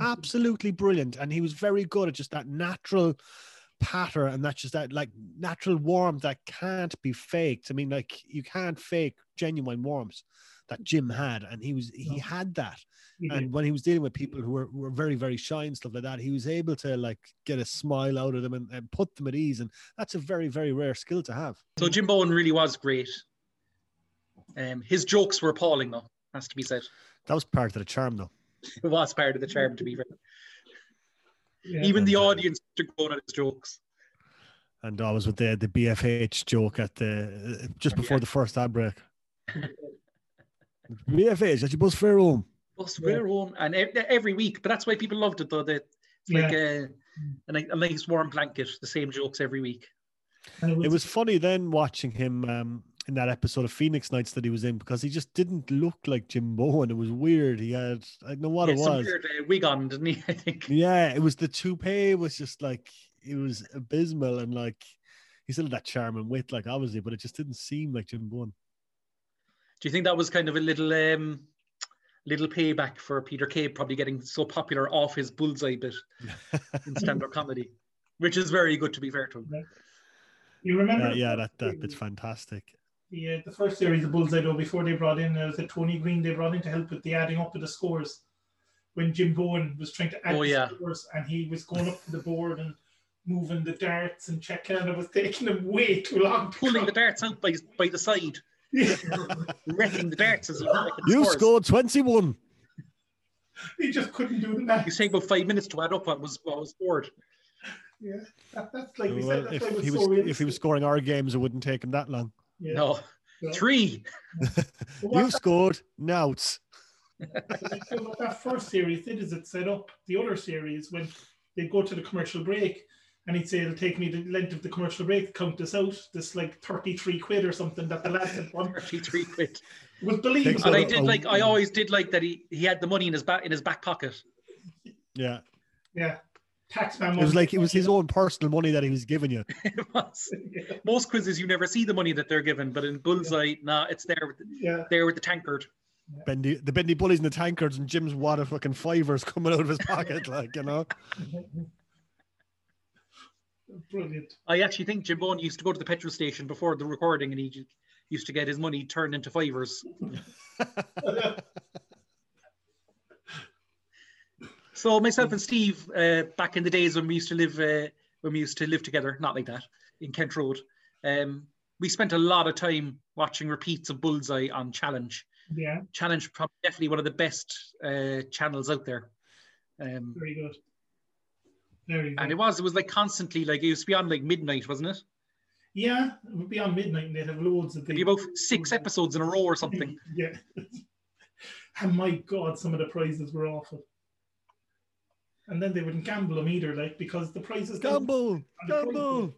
S3: absolutely brilliant and he was very good at just that natural patter and that's just that like natural warmth that can't be faked i mean like you can't fake genuine warmth that jim had and he was he
S2: No.
S3: had that
S2: He did.
S3: and when he was dealing with people who were, who were very very shy and stuff like that he was able to like get a smile out of them and, and put them at ease and that's a very very rare skill to have
S1: So Jim Bowen really was great. Um, his jokes were appalling, though, has to be said.
S3: that was part of the charm though
S1: It was part of the charm, to be fair.
S2: Yeah.
S1: Even the audience took on at his jokes.
S3: and I was with the the BFH joke at the uh,
S1: Oh,
S3: just before the first ad break. BFH, that's your bus fare home.
S1: Bus
S2: Yeah.
S1: we're home, and e- every week. But that's why people loved it, though. That it's
S2: Yeah.
S1: like a, a, ni- a nice warm blanket, the same jokes every week.
S2: And
S3: It was funny then watching him um, in that episode of Phoenix Nights that he was in because he just didn't look like Jim Bowen. It was weird. He had I don't know what
S1: yeah,
S3: it
S1: some
S3: was.
S1: weird uh, wig on, didn't he? I think.
S3: Yeah, it was the toupee was just like it was abysmal and like he still had that charm and wit, like obviously, but it just didn't seem like Jim Bowen.
S1: Do you think that was kind of a little um, little payback for Peter Cave probably getting so popular off his bullseye bit in stand-up comedy, which is very good to be fair to him.
S2: you remember?
S3: Uh, yeah, that that bit's fantastic.
S2: The, uh, the first series of Bullseye, though, before they brought in, uh, was it Tony Green they brought in to help with the adding up of the scores when Jim Bowen was trying to add
S1: Oh,
S2: the
S1: yeah.
S2: scores and he was going up to the board and moving the darts and checking and it was taking him way too long. to
S1: Pulling
S2: come.
S1: the darts out by, by the side,
S2: Yeah,
S1: wrecking the darts as he was wrecking the
S3: You
S1: scores.
S3: scored twenty one.
S2: he just couldn't do the
S1: It was
S2: math.
S1: taking about five minutes to add up what was what was scored.
S2: Yeah, that, that's like we said,
S3: Well,
S2: that's
S3: if
S2: why it
S3: he
S2: was
S3: was
S2: so
S3: if he was scoring our games, it wouldn't take him that long.
S2: yeah.
S1: No,
S2: Yeah.
S1: three.
S2: But what
S3: You've scored now. It's
S2: that- so what that first series did is it set up the other series when they go to the commercial break and he'd say it'll take me the length of the commercial break to count this out, this like 33 quid or something that the last had won.
S1: Thirty-three quid,
S2: It was believable.
S1: and I
S3: So,
S1: did
S3: um,
S1: like I always did like that. He, he had the money in his back in his back pocket.
S3: yeah.
S2: Yeah. Taxman
S3: It was like it was his own personal money that he was giving you.
S1: It was.
S2: yeah.
S1: Most quizzes you never see the money that they're given, but in Bullseye, nah, it's there with
S2: yeah.
S1: there with the tankard.
S3: Bendy, the Bendy bullies and the tankards and Jim's wad of fucking fivers coming out of his pocket, like you know.
S2: Brilliant.
S1: I actually think Jim Bowen used to go to the petrol station before the recording and he ju- used to get his money turned into fivers. So myself and Steve, uh, back in the days when we used to live uh, when we used to live together, not like that, in Kent Road, um, we spent a lot of time watching repeats of Bullseye on Challenge.
S2: Yeah,
S1: Challenge probably definitely one of the best uh, channels out there. Um,
S2: very good. Very
S1: And it
S2: good.
S1: was, it was like constantly, like it used to be on like midnight, wasn't it?
S2: Yeah, it would be on midnight and they'd have loads of
S1: It'd be
S2: things.
S1: about six episodes in a row or something.
S2: Yeah. and my God, some of the prizes were awful. And then they wouldn't gamble them either, like, because the prizes.
S3: Gamble,
S2: And the prize
S3: gamble.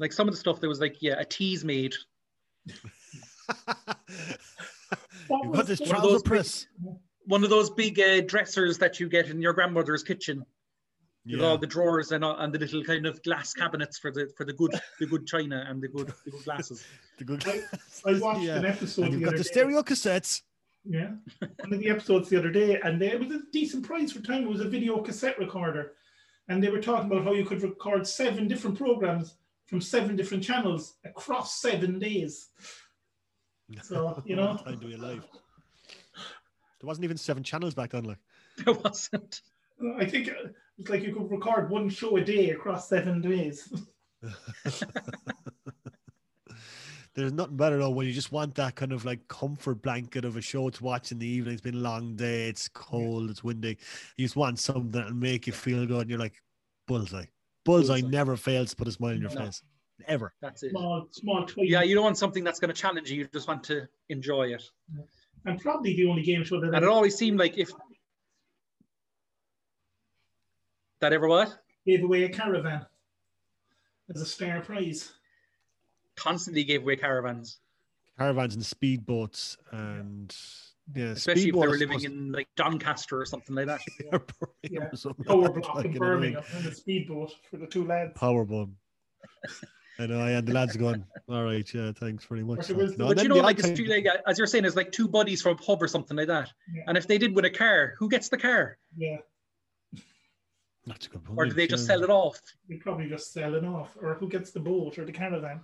S1: Like some of the stuff there was like, yeah, a tease made.
S2: What
S3: You've
S2: was
S3: got this
S2: the-
S1: One of
S3: trouser
S1: those big-
S3: press.
S1: One of those big uh, dressers that you get in your grandmother's kitchen with all
S3: Yeah.
S1: the drawers and, all- and the little kind of glass cabinets for the for the good the good china and the good, the good glasses.
S3: The good-
S2: I watched
S3: Yeah.
S2: an
S3: And
S2: episode.
S3: you've
S2: the
S3: got
S2: other
S3: the
S2: day.
S3: stereo cassettes.
S2: Yeah, one of the episodes the other day, and they, it was a decent price for time. It was a video cassette recorder, and they were talking about how you could record seven different programs from seven different channels across seven days. So you know,
S3: What time do we live? There wasn't even seven channels back then, like.
S1: There wasn't.
S2: I think uh, it's like you could record one show a day across seven days.
S3: There's nothing better though when you just want that kind of like comfort blanket of a show to watch in the evening. It's been a long day, it's cold, it's windy. You just want something that'll make you feel good, and you're like, bullseye. Bullseye,
S1: Bullseye.
S3: never fails to put a smile on your
S1: No.
S3: face. Ever.
S1: That's it.
S2: Small, small tweet.
S1: Yeah, you don't want something that's going to challenge you. You just want to enjoy it.
S2: and probably the only game show that
S1: And it always seemed like if that ever what
S2: gave away a caravan as a spare prize.
S1: constantly gave away caravans,
S3: Caravans and speedboats and yeah,
S1: especially if they
S3: speedboats
S1: were living
S3: was-
S1: in like Doncaster or something like that.
S3: Yeah, probably
S2: Yeah.
S3: or something
S1: Oh,
S2: Power
S3: like that
S2: block
S3: back in
S2: in
S3: the day.
S2: Oh, Birmingham and the speedboat for the two lads.
S3: Powerbomb. and I and the lads are going, all right, yeah, thanks very much.
S2: But it was-
S3: Like, no,
S1: but
S3: then
S1: you know,
S3: the
S1: like,
S3: icon-
S1: it's two- like as you're saying, it's like two buddies from a pub or something like that.
S2: Yeah.
S1: And if they did win a car, who gets the car,
S2: Yeah.
S3: That's a good
S1: or do
S3: point,
S1: they just
S3: yeah.
S1: sell it off?
S2: You're probably just selling off, or who gets the boat or the caravan?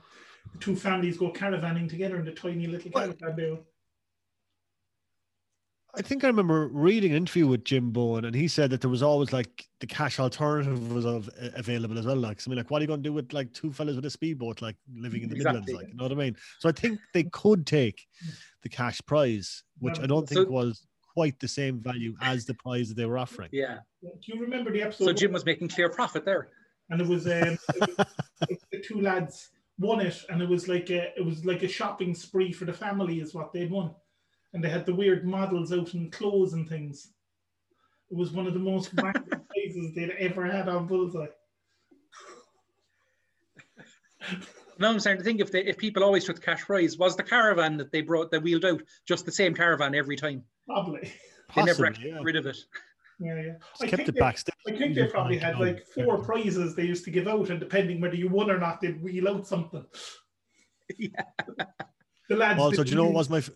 S2: The two families go caravanning together in the tiny little
S3: Well-
S2: caravan there.
S3: I think I remember reading an interview with Jim Bowen, and he said that there was always like the cash alternative was of, available as well. Like, so I mean, like, what are you going to do with like two fellas with a speedboat, like living in the Midlands?
S1: Exactly.
S3: Like, you know what I mean? So I think they could take the cash prize, which I don't
S1: So-
S3: think was quite the same value as the prize that they were offering.
S1: Yeah.
S2: Do you remember the episode?
S1: So Jim was making clear profit there.
S2: and it was, um, it was- it- the two lads won it, and it was like a, it was like a shopping spree for the family is what they'd won, and they had the weird models out in clothes and things. It was one of the most massive prizes they'd ever had on Bullseye.
S1: Now I'm starting to think if they, if people always took the cash prize, was the caravan that they brought that wheeled out just the same caravan every time?
S2: Probably,
S1: They never
S3: Possibly,
S1: actually
S3: yeah.
S1: got rid of it.
S2: yeah, yeah. I
S3: Just kept
S2: think
S3: it
S2: they-
S3: backstage.
S2: I think they probably had like four
S3: Yeah.
S2: prizes they used to give out, and depending whether you won or not, they'd wheel out something.
S1: Yeah.
S2: The lads.
S3: Also,
S2: did
S3: do you know what
S2: really
S3: was my f-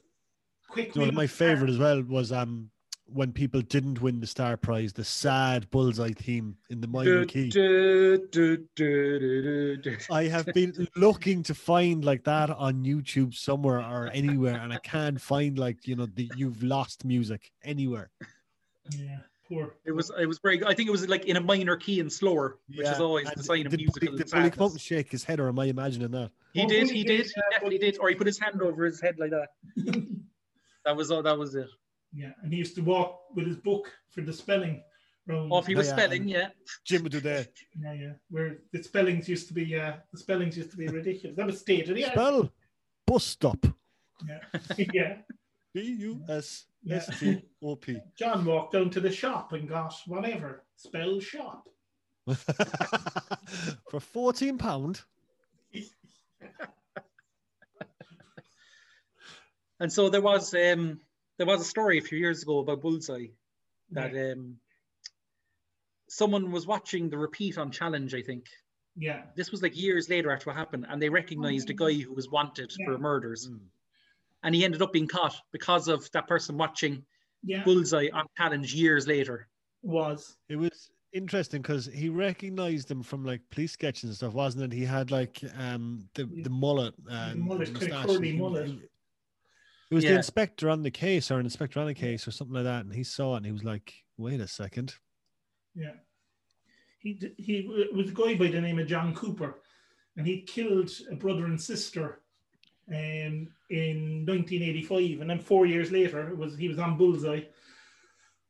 S2: Quick
S3: you know,
S2: wheel
S3: my
S2: out.
S3: favorite as well was um when people didn't win the star prize, the sad bullseye theme in the minor
S1: Du-
S3: key.
S1: du- du- du- du- du- du.
S3: I have been looking to find like that on YouTube somewhere or anywhere, and I can't find like you know the you've lost music anywhere.
S2: Yeah, poor.
S1: It was it was very good. I think it was like in a minor key and slower, which is always the
S3: And
S1: sign of
S3: did
S1: musical
S3: Bully, did Bully come out and
S1: sadness.
S3: shake his head, or am I imagining that?
S1: He
S2: Oh,
S1: did,
S2: Bully
S1: he
S2: did,
S1: did, he
S2: uh,
S1: definitely did. Or he put his hand over his head like that. That was all. That was it.
S2: yeah, and he used to walk with his book for the spelling round.
S1: Off he
S3: Oh,
S1: was
S3: yeah,
S1: spelling,
S3: and-
S1: yeah.
S3: Jim would do that.
S2: yeah, yeah, where the spellings used to be, uh, the spellings used to be ridiculous. That was state of the art.
S3: Spell bus stop.
S2: Yeah,
S3: B U S S T O P.
S2: John walked down to the shop and got whatever spell shop.
S3: For fourteen pound.
S1: And so there was um there was a story a few years ago about Bullseye that um someone was watching the repeat on Challenge, I think.
S2: Yeah,
S1: This was like years later after what happened, and they recognized a guy who was wanted
S2: Yeah.
S1: for murders,
S2: Mm.
S1: and he ended up being caught because of that person watching
S2: yeah,
S1: Bullseye on Challenge years later.
S2: was.
S3: It was interesting because he recognized him from like police sketches and stuff, wasn't it? He had like um the,
S2: Yeah.
S3: the mullet and
S2: mullet,
S3: the
S2: kinda
S3: moustache.
S2: curly
S3: He- he-
S2: mullet.
S3: It was the
S1: Yeah.
S3: inspector on the case or an inspector on the case or something like that, and he saw it and he was like, "Wait a second,
S2: Yeah. He, d- he w- was a guy by the name of John Cooper, and he killed a brother and sister um, in 1985. And then four years later, it was he was on Bullseye.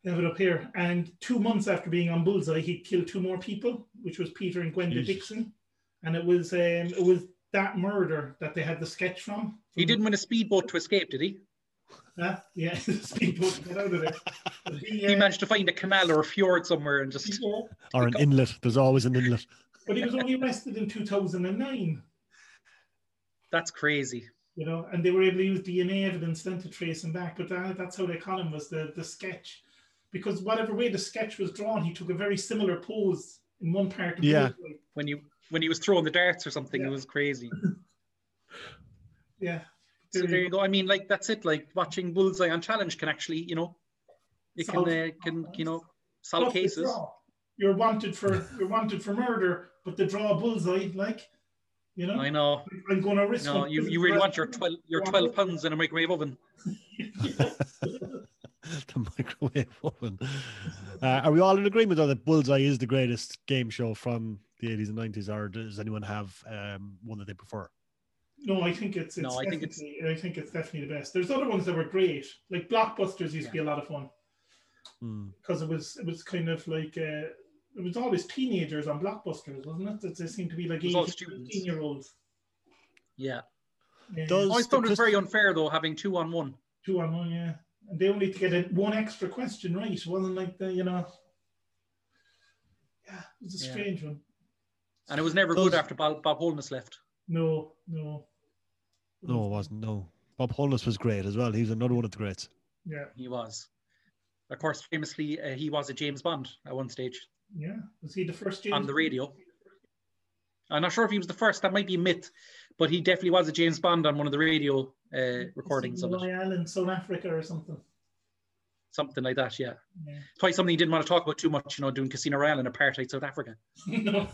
S2: have it up here. And two months after being on Bullseye, he killed two more people, which was Peter and Gwenda
S3: Jesus.
S2: Dixon. And it was um, it was that murder that they had the sketch from.
S3: Mm-hmm.
S1: He didn't win a speedboat to escape, did he?
S2: Huh? yeah, speedboat to get out of there. But he,
S1: He
S2: uh,
S1: managed to find a canal or a fjord somewhere and
S3: Mm-hmm.
S1: just.
S2: yeah,
S3: Or an inlet. There's always an inlet.
S2: but he was only arrested in 2009.
S1: That's crazy.
S2: you know, and they were able to use DNA evidence then to trace him back. But that, that's how they call him was the, the sketch, because whatever way the sketch was drawn, he took a very similar pose in one part. Of
S3: Yeah.
S2: the movie.
S1: When you when he was throwing the darts or something,
S2: Yeah.
S1: it was crazy.
S2: yeah.
S1: So there you go. I mean, like that's it. Like watching Bullseye on Challenge can actually, you know, it can
S2: Solve
S1: uh, can you know solve
S2: Plus the
S1: cases.
S2: draw. You're wanted for you're wanted for murder, but the draw bullseye, like, you know,
S1: I know.
S2: I'm going to risk.
S1: No,
S2: one.
S1: you, you really want your twelve your twelve pounds in a microwave oven.
S3: the microwave oven. Uh, are we all in agreement though that Bullseye is the greatest game show from the 80s and 90s, or does anyone have um, one that they prefer?
S2: No, I think it's, it's
S1: No, I think it's-
S2: definitely- I think it's definitely the best. There's other ones that were great, like Blockbusters used to be a lot of fun.
S3: Hmm.
S2: because it was it was kind of like uh, it was always teenagers on blockbusters, wasn't it? That they seemed to be like
S1: It was all
S2: 18
S1: students.
S2: year olds.
S1: Yeah.
S2: Yeah,
S3: Does-
S1: I always found it was very unfair though, having two on one.
S2: two on one, yeah. And they only to get it one extra question right. It wasn't like the you know. Yeah, it was a
S1: Yeah.
S2: strange one.
S1: And it was never
S3: Those-
S1: good after Bob, Bob Holness left.
S2: No, no.
S3: No, it wasn't. No. Bob Holness was great as well. He was another one of the greats.
S2: Yeah,
S1: He was, of course, famously uh, he was a James Bond at one stage
S2: yeah. Was he the first? James
S1: on the radio. I'm not sure if he was the first. That might be a myth, but he definitely was a James Bond on one of the radio uh, recordings of it,
S2: Long Island, South Africa, or something.
S1: something like that. Yeah,
S2: Yeah.
S1: probably something he didn't want to talk about too much. You know, doing Casino Royale in apartheid South Africa.
S2: no.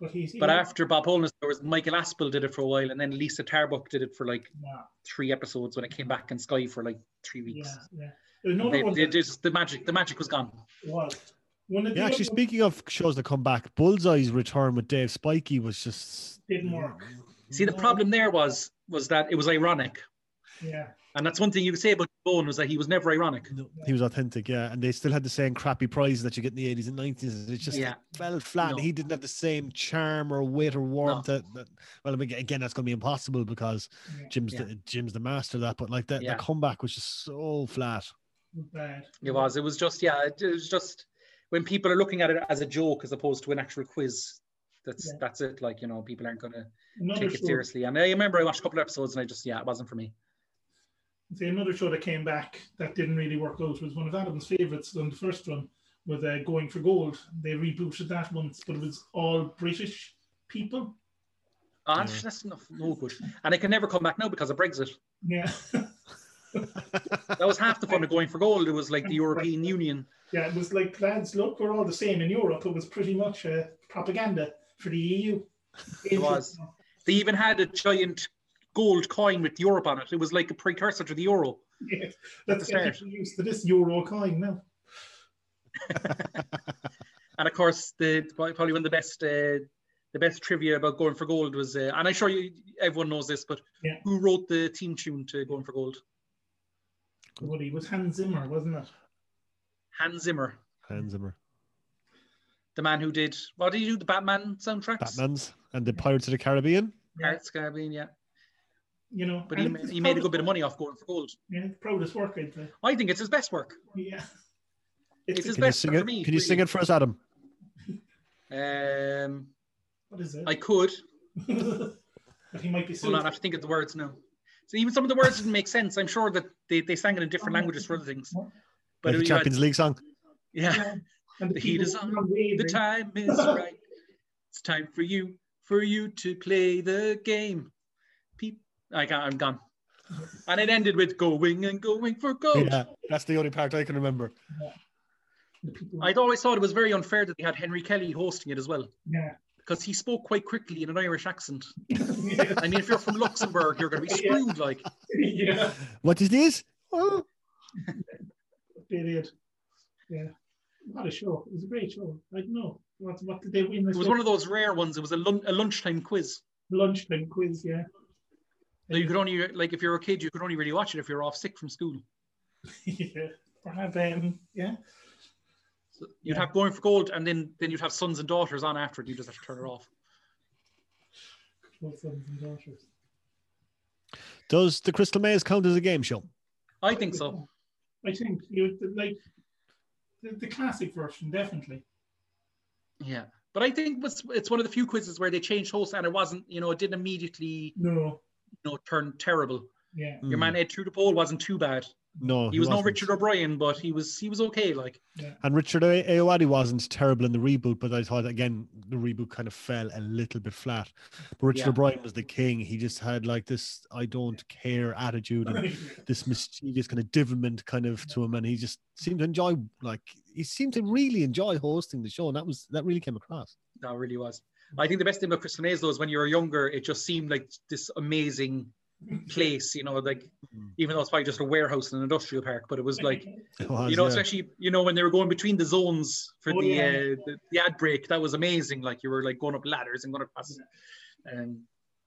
S2: but he's
S1: But after Bob Holness, there was Michael Aspel did it for a while, and then Lisa Tarbuck did it for like
S2: Yeah.
S1: three episodes when it came back in Sky for like three
S2: Yeah,
S1: weeks.
S2: yeah. There's another
S1: They-
S2: one
S1: they
S2: that
S1: just- the magic, the magic was gone.
S2: was. One of the
S3: Yeah,
S2: actually
S3: actually, speaking of shows that come back, Bullseye's return with Dave Spikey was just
S2: Didn't work.
S1: See, the problem there was was that it was ironic,
S2: Yeah,
S1: and that's one thing you could say about Bone was that he was never ironic.
S3: No, he was authentic, yeah, and they still had the same crappy prizes that you get in the eighties and nineties. It just
S1: Yeah.
S3: fell flat. and
S1: No.
S3: He didn't have the same charm or weight or warmth. That, that- well, I mean, again, that's going to be impossible because
S2: Yeah.
S3: Jim's
S1: Yeah.
S3: the, Jim's the master of that. But like that,
S1: Yeah.
S3: the comeback was just so flat.
S2: it was bad.
S1: It was, it was just, yeah, it was just when people are looking at it as a joke as opposed to an actual quiz. That's
S2: Yeah.
S1: that's it. Like you know, people aren't going to
S2: Another
S1: take it
S2: show,
S1: seriously. And I remember I watched a couple of episodes, and I just, yeah, it wasn't for me.
S2: see, another show that came back that didn't really work out was one of Adam's favorites on the first one was uh, Going for Gold. They rebooted that once, but it was all British people.
S1: Ah, that's- that's no, no good. And it can never come back now because of Brexit.
S2: Yeah,
S1: That was half the fun of going for gold. It was like the European Union.
S2: yeah. It was like lads, look, we're all the same in Europe. It was pretty much uh, propaganda for the E EU.
S1: It was. They even had a giant gold coin with Europe on it. It was like a precursor to the euro.
S2: Yeah. Let's
S1: the
S2: get
S1: start.
S2: people used to this euro coin now.
S1: And of course, the probably one of the best uh, the best trivia about going for gold was, uh, and I'm sure you, everyone knows this, but
S2: Yeah.
S1: who wrote the team tune to Going for Gold?
S2: What he was Hans Zimmer, wasn't it?
S1: Hans Zimmer,
S3: Hans Zimmer,
S1: the man who did what did he do? The Batman soundtracks.
S3: Batman's, and the Pirates of the Caribbean.
S1: Pirates, Caribbean, yeah.
S2: You know,
S1: But he,
S2: and
S1: ma-
S2: it's
S1: he made a
S2: probably-
S1: good bit of money off Going for Gold.
S2: Yeah, proudest work, I'd say.
S1: I think it's his best work.
S2: Yeah.
S1: It's his
S3: Can you
S1: best
S3: sing
S1: for
S3: it?
S1: me.
S3: Can you sing it for us, Adam?
S1: it? Um,
S2: What is it?
S1: I could.
S2: but he might be
S1: Hold
S2: suited.
S1: on, I have to think of the words now. So even some of the words didn't make sense. I'm sure that they, they sang it in
S2: Oh,
S1: different languages for other things. But
S3: Like the
S1: you had-
S3: Champions League song.
S1: yeah,
S2: And
S1: The heat
S2: people
S1: is on,
S2: were waving.
S1: the time is right. It's time for you for you to play the game. Peep, I can't, I'm gone. And it ended with going and going for gold.
S3: Yeah, that's the only part I can remember.
S2: The people-
S1: I'd always thought it was very unfair that they had Henry Kelly hosting it as well
S2: yeah.
S1: because he spoke quite quickly in an Irish accent.
S2: yeah.
S1: I mean, if you're from Luxembourg, you're going to be screwed. Like,
S2: Yeah.
S3: What is this? Oh.
S2: They did. Yeah. What a show. It was a great show. I don't know. What, what did they win?
S1: it was one of those rare ones. It was a, lun- a lunchtime quiz.
S2: lunchtime quiz, yeah. I
S1: you could only like if you're a kid, you could only really watch it if you're off sick from school.
S2: yeah. Or have um, yeah.
S1: So you'd
S2: Yeah.
S1: have going for gold, and then then you'd have sons and daughters on after it. You just have to turn it off.
S2: Well, sons and daughters.
S3: Does the Crystal Maze count as a game show?
S1: I think so.
S2: I think you like the, the classic version definitely.
S1: Yeah, but I think it's it's one of the few quizzes where they changed hosts, and it wasn't you know it didn't immediately
S2: No,
S1: you know turn terrible.
S2: yeah,
S1: Your
S3: Mm,
S1: man Ed True the Pole wasn't too bad.
S3: No,
S1: he was no
S3: Oh, wasn't.
S1: Richard O'Brien, but he was he was okay. Like
S3: And Richard A- Ayoade wasn't terrible in the reboot, but I thought again the reboot kind of fell a little bit flat. But Richard
S1: Yeah.
S3: O'Brien was the king. He just had like this "I don't care" attitude and this mischievous kind of divilment kind of to him, and he just seemed to enjoy like he seemed to really enjoy hosting the show, and that was that really came across.
S1: that really was. I think the best thing about Crystal Maze though is when you were younger, it just seemed like this amazing place. You know, like
S3: Mm.
S1: even though it's probably just a warehouse in an industrial park, but it was like
S3: It was,
S1: you know,
S3: yeah.
S1: especially you know when they were going between the zones for
S2: Oh,
S1: the,
S2: yeah.
S1: uh, the the ad break. That was amazing. Like you were like going up ladders and going across um,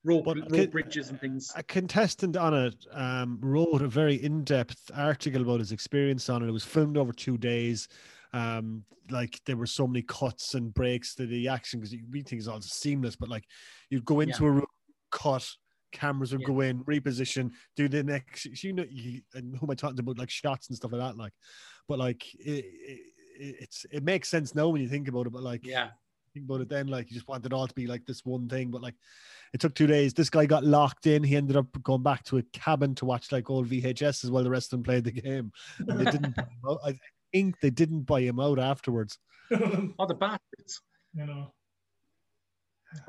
S1: rope
S3: But,
S1: rope
S3: okay,
S1: bridges and things.
S3: a contestant on it um, wrote a very in-depth article about his experience on it. It was filmed over two days. Um, like there were so many cuts and breaks to the action because you read things all seamless, but like you'd go into a room, cut, cameras would
S1: Yeah.
S3: go in, reposition, do the next. You know, you, and who am I talking about? Like shots and stuff like that. Like, but like it, it, it's it makes sense now when you think about it. But like,
S1: Yeah,
S3: think about it then. Like you just want it all to be like this one thing, but like it took two days. This guy got locked in. He ended up going back to a cabin to watch like old VHSs while the rest of them played the game. And they didn't. buy him out. I think they didn't buy him out afterwards.
S2: you
S1: all the bastards.
S2: know,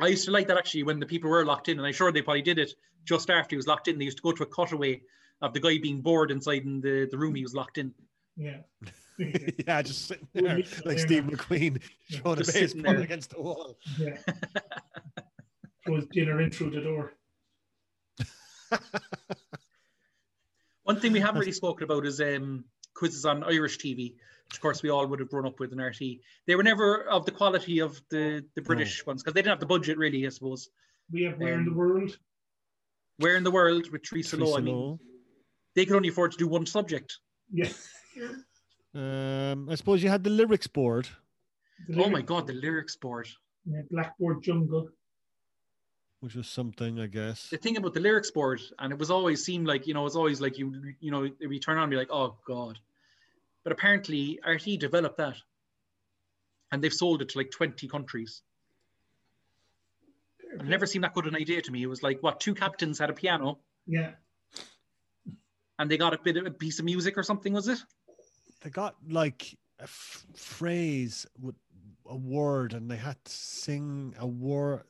S1: I used to like that actually when the people were locked in, and I'm sure they probably did it just after he was locked in. They used to go to a cutaway of the guy being bored inside in the, the room he was locked in.
S2: yeah.
S3: yeah, just sitting
S2: Who
S3: there
S2: needs to
S3: like
S2: learn
S3: Steve
S2: that?
S3: McQueen
S2: Yeah.
S3: throwing a
S1: Just sitting
S3: baseball
S1: there.
S3: against the wall.
S2: yeah. Throws dinner in through the door.
S1: One thing we haven't really spoken about is um, quizzes on Irish TV, which of course we all would have grown up with in RT. They were never of the quality of the, the British ones because they didn't have the budget really, I suppose.
S2: We have where in the
S1: Um,
S2: world?
S1: Where in the world with Teresa, Lowe? I
S3: Teresa
S1: mean,
S3: Lowe.
S1: they could only afford to do one subject.
S2: Yeah.
S3: Um, I suppose you had the lyrics board.
S2: The
S1: Oh my
S2: lyric-
S1: God, the lyrics board.
S2: Yeah, Blackboard jungle.
S3: Which was something, I guess.
S1: The thing about the lyrics board, and it was always seemed like you know, it's always like you you know, if you turn on, and be like, oh God. But apparently, RT developed that, and they've sold it to like twenty countries. It never seemed that good an idea to me. It was like what two captains had a piano,
S2: Yeah.
S1: and they got a bit of a piece of music or something, was it?
S3: they got like a f- phrase with a word and they had to sing a word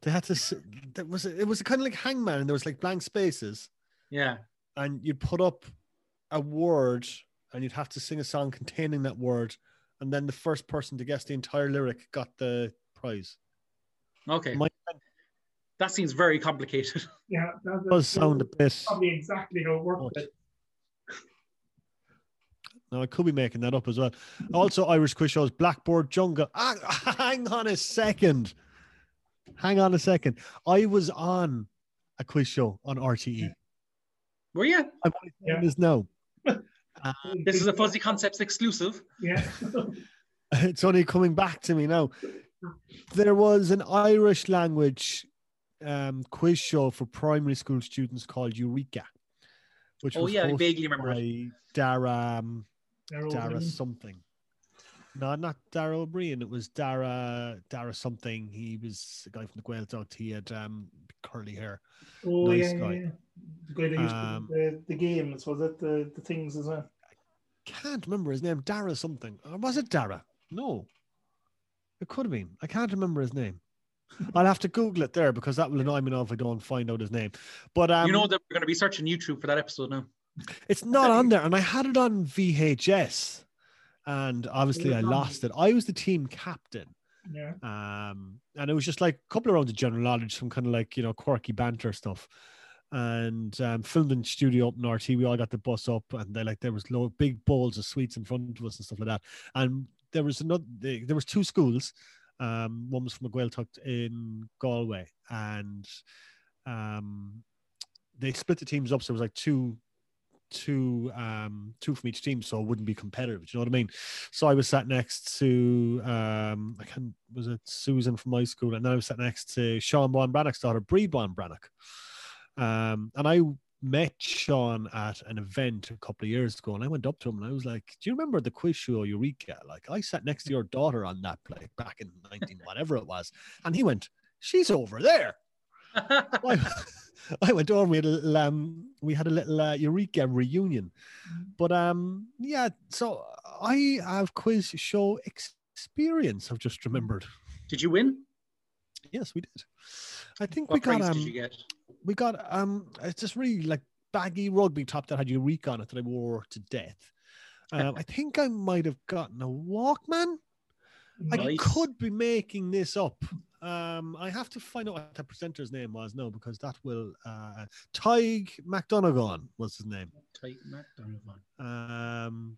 S3: they had to s- that was it was kind of like hangman and there was like blank spaces
S1: Yeah,
S3: and you'd put up a word and you'd have to sing a song containing that word and then the first person to guess the entire lyric got the prize
S1: okay.
S3: My-
S1: that seems very complicated.
S2: Yeah. That,
S3: it does sound Oh, a bit
S2: probably exactly how it
S3: Much.
S2: worked.
S3: now i could be making that up as well also irish quiz shows blackboard jungle ah, hang on a second hang on a second i was on a quiz show on rte
S1: Were you?
S3: i'm only saying
S2: Yeah.
S3: this now
S1: This is a Fuzzy Concepts exclusive.
S2: Yeah.
S3: it's only coming back to me now there was an irish language um, quiz show for primary school students called eureka which
S1: Oh
S3: was
S1: yeah, I
S3: hosted
S1: vaguely remember it.
S3: by dara um,
S2: They're all
S3: Dara
S2: in.
S3: something. No, not Dara O'Brien. It was Dara Dara something. He was a guy from the Gaeltacht. He had um, curly hair.
S2: Oh,
S3: Nice
S2: yeah,
S3: guy.
S2: yeah, yeah. The guy that used
S3: Um,
S2: to do the, the games, was it the, the things as well?
S3: Can't remember his name. Dara something. Or was it Dara? No, it could have been. I can't remember his name. I'll have to Google it there because that will annoy me now if I don't find out his name. But um,
S1: you know that we're going to be searching YouTube for that episode now.
S3: It's not on there, and I had it on VHS, and obviously I
S2: was on-
S3: lost it. I was the team captain,
S2: Yeah.
S3: um, and it was just like a couple of rounds of general knowledge, some kind of like you know quirky banter stuff, and um, filmed in studio up in RT. We all got the bus up, and they like there was low, big bowls of sweets in front of us and stuff like that. And there was another, they- there was two schools. Um, one was from a Gaeltacht in Galway, and um, they split the teams up. So it was like two, two, um, two from each team, so it wouldn't be competitive. Do you know what I mean? So I was sat next to um, I can was it Susan from my school, and then I was sat next to Sean Bon Brannock's daughter, Bree Bon Brannock, um, and I met Sean at an event a couple of years ago, and I went up to him and I was like, "Do you remember the quiz show Eureka? Like I sat next to your daughter on that play back in nineteen whatever it was," and he went, "She's over there." So I, I went on. We had a little, um, we had a little uh, Eureka reunion,
S1: Mm-hmm.
S3: but um, yeah. So I have quiz show experience. I've just remembered.
S1: Did you win?
S3: Yes, we did. I think
S1: What
S3: we
S1: prize
S3: got um,
S1: did you get?
S3: we got um it's just really like baggy rugby top that had Eureka on it that I wore to death. Um, I think I might have gotten a Walkman. I
S1: Nice.
S3: could be making this up. Um, I have to find out what the presenter's name was now because that will. Uh, Tig McDonagon was his name.
S1: Tight Mac Donovan.
S3: Um,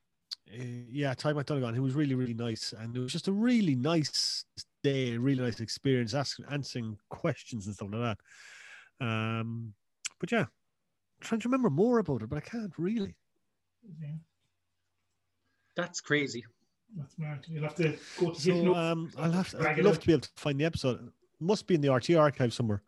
S3: eh, yeah, Ty McDonagon, who was really, really nice. And it was just a really nice day, really nice experience, asking, answering questions and stuff like that. Um, but yeah, trying to remember more about it, but I can't really.
S2: Yeah,
S1: That's crazy.
S2: that's mad. You'll have to go to
S3: So um, I'll have to,
S2: Drag
S3: I'd
S2: it
S3: love
S2: out.
S3: to be able to find the episode. It must be in the RT archive somewhere.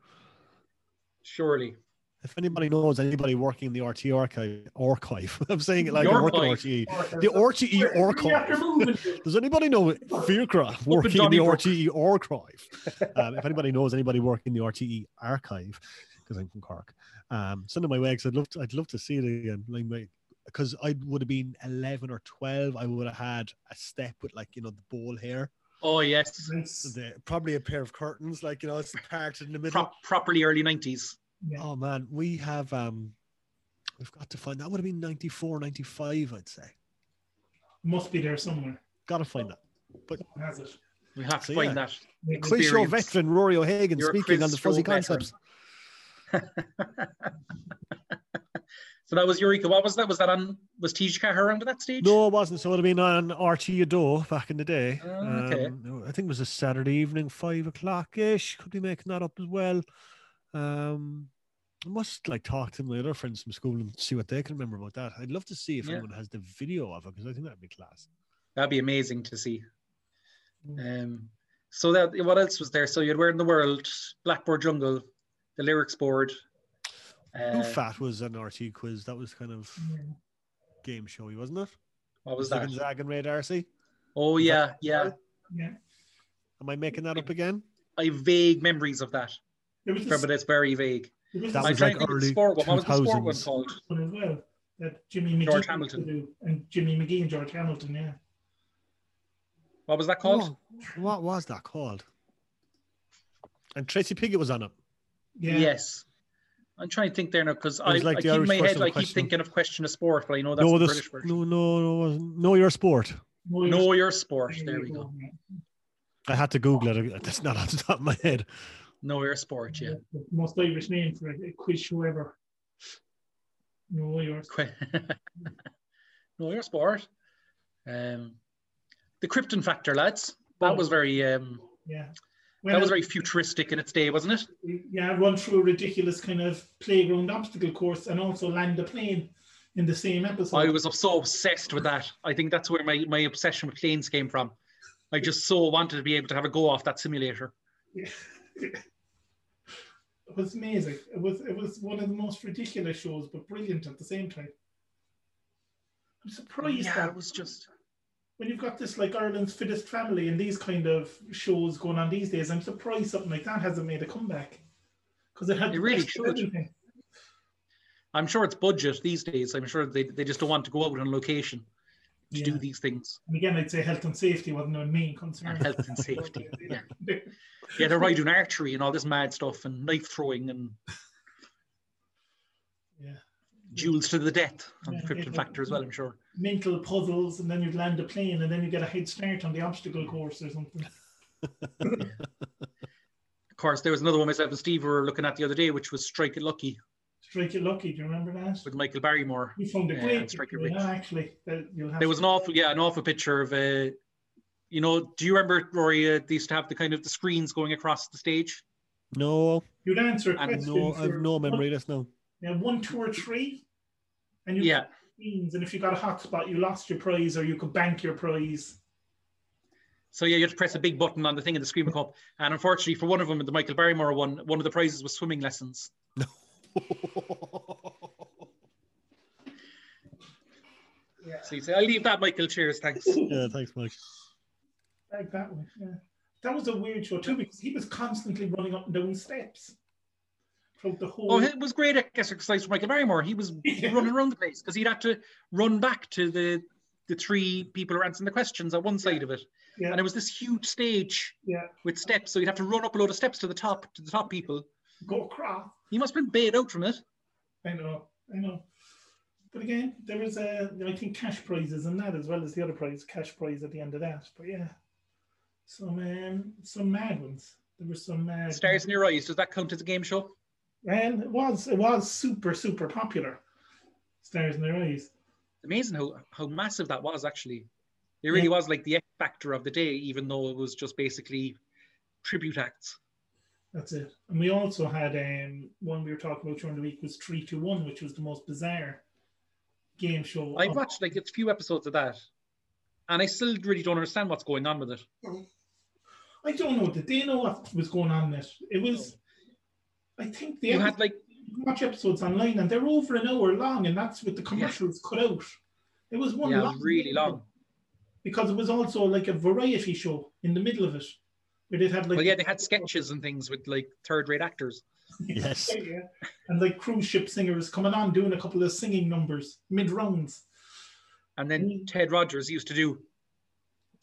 S1: Surely.
S3: If anybody knows anybody working in the RT archive, archive, I'm saying it like
S1: The
S3: I work in
S1: archive.
S3: RTE. The RTE
S2: After
S3: archive.
S2: moving.
S3: Does anybody know Fearcraft working in the
S1: Donnybrook.
S3: RTE archive? Um, if anybody knows anybody working in the RTE archive, because I'm from Cork, um, send it my way because I'd love to, I'd love to see it again. Like my, because I would have been eleven or twelve, I would have had a step with like you know the bowl hair,
S1: Oh yes.
S3: the, probably a pair of curtains, like you know it's parted in the middle.
S1: Prop, properly early nineties.
S2: Yeah.
S3: Oh man, we have um, we've got to find that would have been 94, 95, I'd say.
S2: Must be there somewhere.
S3: Got to
S1: Oh,
S3: find that.
S2: Someone has it.
S1: We have to
S3: So,
S1: find
S3: yeah.
S1: that.
S2: Maybe-
S3: Quiz show
S1: Experience.
S3: veteran Rory O'Hagan
S1: You're a
S3: speaking
S1: quiz
S3: on the fuzzy
S1: show veteran.
S3: concepts.
S1: So that was Eureka. What was that? Was that on was Tijka around at that stage?
S3: No, it wasn't. So it would have been on Archie Adore back in the day.
S1: Oh, okay.
S3: Um, I think it was a Saturday evening, five o'clock ish. Could be making that up as well. Um, I must like talk to my other friends from school and see what they can remember about that. I'd love to see if
S1: Yeah.
S3: anyone has the video of it because I think that'd be class.
S1: That'd be amazing to see.
S3: Mm.
S1: Um, so that what else was there? So you had Where in the World, Blackboard Jungle, the lyrics board.
S3: Who
S1: Uh,
S3: Fat was an RT quiz. That was kind of
S2: Yeah.
S3: game showy, wasn't it?
S1: what was
S3: the
S1: that?
S3: Gonzaga and Ray Darcy.
S1: Oh
S3: was
S1: yeah,
S3: that-
S1: yeah.
S2: Yeah.
S3: Am I making that up again?
S1: I have vague memories of that,
S2: There was this,
S1: but it's very vague.
S2: there was
S3: That
S2: this
S1: I'm
S3: was
S1: trying to
S3: like
S1: think of the
S3: early
S1: sport one. What was the sport one
S3: 2000s.
S1: called?
S2: one as well that Jimmy McGee
S1: George
S2: used
S1: Hamilton.
S2: to do, and Jimmy McGee and George Hamilton. Yeah.
S1: What was that called?
S3: Oh, what was that called? And Tracy Piggott was on it.
S2: Yeah.
S1: Yes. I'm trying to think there now because I,
S3: was like
S1: I
S3: the
S1: keep in
S3: Irish
S1: my head
S3: version of
S1: I keep
S3: question.
S1: thinking of question of sport, but I know Oh, that's
S3: no,
S1: the
S3: this-
S1: British version.
S3: no, no, no, it wasn't. No, your sport.
S2: No,
S1: No,
S2: you're-
S1: know your sport. There we go.
S3: I had to Google it. That's not off the top of my head.
S1: Know your sport. Yeah.
S2: The most Irish name for a quiz show ever. No, yours.
S1: Que- know your sport. Um, the Krypton factor, lads.
S3: Oh.
S1: That was very um,
S2: Yeah. When
S1: that was
S2: I-
S1: very futuristic in its day, wasn't it?
S2: yeah, run through a ridiculous kind of playground obstacle course and also land a plane in the same episode.
S1: I was so obsessed with that. I think that's where my, my obsession with planes came from. I just so wanted to be able to have a go off that simulator.
S2: it was amazing. It was it was one of the most ridiculous shows, but brilliant at the same time. I'm surprised
S1: Yeah,
S2: that
S1: it was just
S2: when you've got this like Ireland's fittest family and these kind of shows going on these days, I'm surprised something like that hasn't made a comeback because it had
S1: It really
S2: best of
S1: should.
S2: everything.
S1: I'm sure it's budget these days. I'm sure they, they just don't want to go out on location to do
S2: Yeah.
S1: these things.
S2: And again, I'd say health and safety wasn't our main concern.
S1: And health and safety. Yeah. yeah, they're right doing archery and all this mad stuff and knife throwing and
S2: yeah.
S1: duels to the death on
S2: Yeah,
S1: the Krypton
S2: yeah.
S1: Factor as well, I'm sure.
S2: mental puzzles and then you'd land a plane and then you get a head start on the obstacle course or something.
S1: Of course, there was another one myself and Steve were looking at the other day, which was Strike It Lucky
S2: Strike it lucky, do you remember that?
S1: with Michael Barrymore.
S2: You found a
S1: Yeah,
S2: great
S1: Strike It
S2: picture,
S1: Rich.
S2: yeah, actually. That you'll have
S1: There was an awful, yeah, an awful picture of Uh, you know, do you remember Rory? Uh, they used to have the kind of the screens going across the stage.
S3: No,
S2: You'd answer a
S1: I
S2: question.
S3: no, I've
S2: for
S3: no
S2: one-
S3: memory. That's no.
S2: Now, one, two, or three. And you
S1: Yeah.
S2: means, and if you got a hot spot, you lost your prize or you could bank your prize.
S1: So yeah, you have to press a big button on the thing in the Screamer Cup. And unfortunately for one of them, the Michael Barrymore one, one of the prizes was swimming lessons.
S2: Yeah.
S1: So you say, I'll leave that, Michael. Cheers, thanks.
S3: yeah, thanks, Mike.
S2: Like that one. Yeah. That was a weird show too because he was constantly running up and down steps throughout the whole.
S1: Oh, it was great exercise for Michael Barrymore. He was
S2: Yeah.
S1: running around the place because he'd had to run back to the the three people who were answering the questions at one side of it.
S2: yeah.
S1: And it was this huge stage
S2: Yeah.
S1: with steps. So he'd have to run up a load of steps to the top, to the top people.
S2: Go across.
S1: He must have been bayed out from it.
S2: I know. I know. But again, there was a I think cash prizes in that as well as the other prize, cash prize at the end of that. But yeah, some um, some mad ones. There were some mad.
S1: Stars in Your Eyes, does that count as a game show?
S2: And it was it was super super popular. Stars in their eyes.
S1: Amazing how, how massive that was, actually. It really
S2: Yeah.
S1: was like the X factor of the day, even though it was just basically tribute acts.
S2: That's it. And we also had um, one we were talking about during the week was three to one, which was the most bizarre game show.
S1: I
S2: of-
S1: watched like a few episodes of that, and I still really don't understand what's going on with it.
S2: I don't know. Did they know what was going on? in It it was. I think they
S1: You had like
S2: you can watch episodes online and they're over an hour long and that's with the commercials cut out. It was one
S1: yeah, it
S2: long
S1: was really long.
S2: because it was also like a variety show in the middle of it. Where they'd have like
S1: Well, yeah, they had sketches and things with like third-rate actors.
S3: Yes.
S2: Yeah, yeah. and like cruise ship singers coming on doing a couple of singing numbers mid rounds.
S1: And then
S2: Mm.
S1: Ted Rogers used to do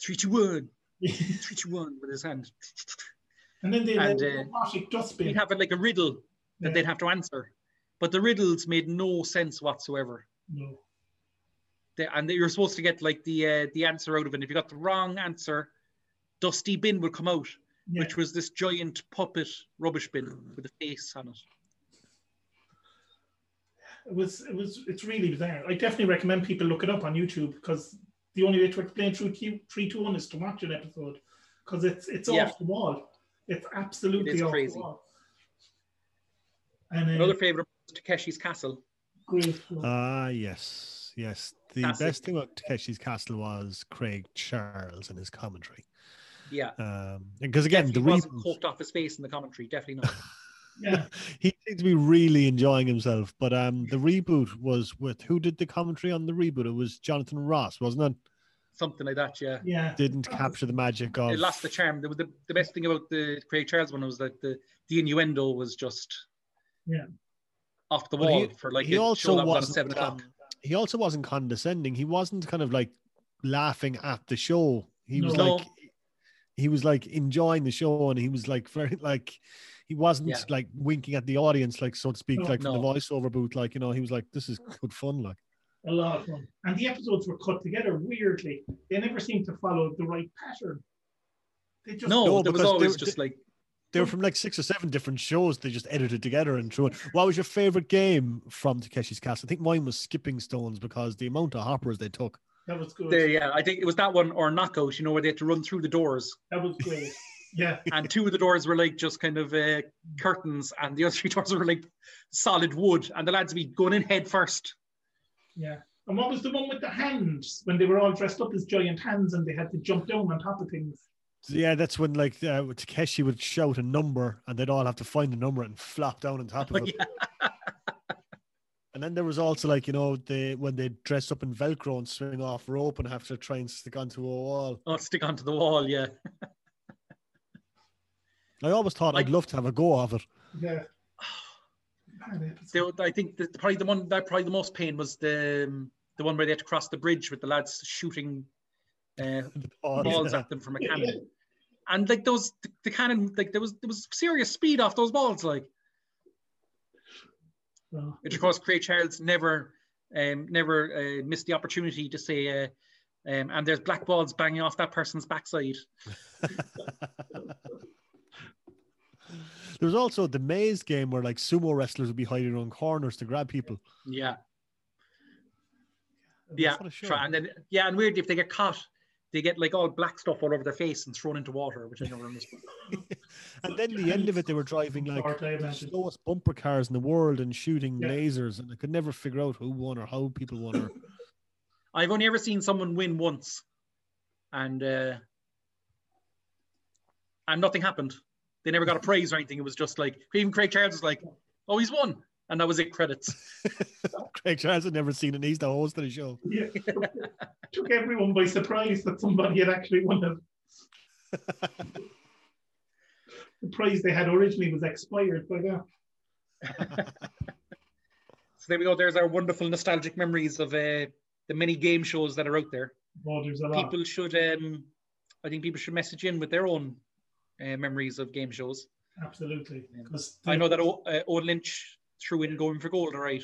S1: three, two, one, three, two, one with his hand.
S2: and then they
S1: And,
S2: had
S1: uh,
S2: a robotic dustbin.
S1: He'd have it like a riddle that
S2: Yeah.
S1: they'd have to answer, but the riddles made no sense whatsoever.
S2: no.
S1: They, and you're supposed to get like the uh, the answer out of it. If you got the wrong answer, Dusty Bin would come out,
S2: Yeah.
S1: which was this giant puppet rubbish bin with a face on it.
S2: It was it was it's really bizarre. I definitely recommend people look it up on YouTube because the only way to explain through Q three to one is to watch an episode because it's it's
S1: Yeah.
S2: off the wall. It's absolutely
S1: It is
S2: off
S1: crazy.
S2: the wall. And uh,
S3: Hmm.
S1: Another favorite was Takeshi's Castle.
S2: great show.
S3: Ah, yes, yes. The
S1: Classic.
S3: best thing about Takeshi's Castle was Craig Charles and his commentary.
S1: Yeah.
S3: Um, because again,
S1: he
S3: the
S1: wasn't
S3: reasons
S1: coked off his face in the commentary, definitely not.
S2: yeah,
S3: he seemed to be really enjoying himself. But um, the reboot was with who did the commentary on the reboot? It was Jonathan Ross, wasn't
S1: Something like that, yeah.
S2: yeah,
S3: it? Didn't capture the magic of
S1: It Oh. lost the charm. The, the, the best thing about the Craig Charles one was that the, the innuendo was just
S2: Yeah.
S1: off the
S3: But he-
S1: wall for like
S3: he
S1: a show that
S3: also
S1: was on at
S3: wasn't.
S1: seven o'clock.
S3: um, he also wasn't condescending. He wasn't kind of like laughing at the show. He was
S1: No.
S3: like, he was like enjoying the show, and he was like very like, he wasn't
S1: Yeah.
S3: like winking at the audience, like so to speak,
S2: No.
S3: like from the
S1: No.
S3: voiceover booth. Like you know, he was like, this is good fun. Like
S2: a lot of fun. And the episodes were cut together weirdly. They never seemed to follow the right pattern. They just
S1: No,
S3: No,
S1: there was
S3: because
S1: always
S3: they-
S1: just like
S3: they were from like six or seven different shows. They just edited together and threw it. What was your favorite game from Takeshi's Castle? I think mine was Skipping Stones because the amount of hoppers they took.
S2: that was good.
S1: there, yeah. I think it was that one or knockout, you know, where they had to run through the doors.
S2: That was great. Yeah,
S1: And two of the doors were like just kind of uh, curtains, and the other three doors were like solid wood. And the lads would be going in head first.
S2: yeah. And what was the one with the hands when they were all dressed up as giant hands and they had to jump down on top of things?
S3: Yeah, that's when like uh, Takeshi would shout a number, and they'd all have to find the number and flop down on
S1: Oh,
S3: top of it. and then there was also like you know they when they dress up in Velcro and swing off rope and have to try and stick onto a wall.
S1: Oh, stick onto the wall, yeah.
S3: I always thought I'd
S1: Like-
S3: love to have a go of it.
S2: Yeah. Bad episode.
S1: They, I think the, probably the one that probably the most pain was the um, the one where they had to cross the bridge with the lads shooting uh,
S3: Oh,
S1: balls
S3: yeah.
S1: at them from a cannon. And like those, the, the cannon, like there was there was serious speed off those balls. Like,
S2: Oh,
S1: which of course, Craig Charles never, um, never uh, missed the opportunity to say, uh, um, and there's black balls banging off that person's backside.
S3: There was also the maze game where like sumo wrestlers would be hiding around corners to grab people.
S1: Yeah, yeah,
S3: What a show.
S1: try- and then yeah, and weird if they get caught, they get like all black stuff all over their face and thrown into water, which I never understood.
S3: And then the end of it, they were driving like
S2: Or I
S3: the
S2: imagine.
S3: slowest bumper cars in the world and shooting
S2: Yeah.
S3: lasers, and I could never figure out who won or how people won. Or
S1: I've only ever seen someone win once, and uh, and nothing happened. They never got a praise or anything. It was just like even Craig Charles was like, "Oh, he's won," and that was it. Credits.
S3: Craig Charles had never seen it. and He's the host of the show.
S2: Yeah. Took everyone by surprise that somebody had actually won it. the prize they had originally was expired by now.
S1: So there we go. There's our wonderful nostalgic memories of uh, the many game shows that are out there.
S2: Oh, there's a lot.
S1: People should, um, I think, people should message in with their own uh, memories of game shows.
S2: Absolutely. 'Cause
S1: I know that o- uh, Owen Lynch threw in Going for Gold, all right?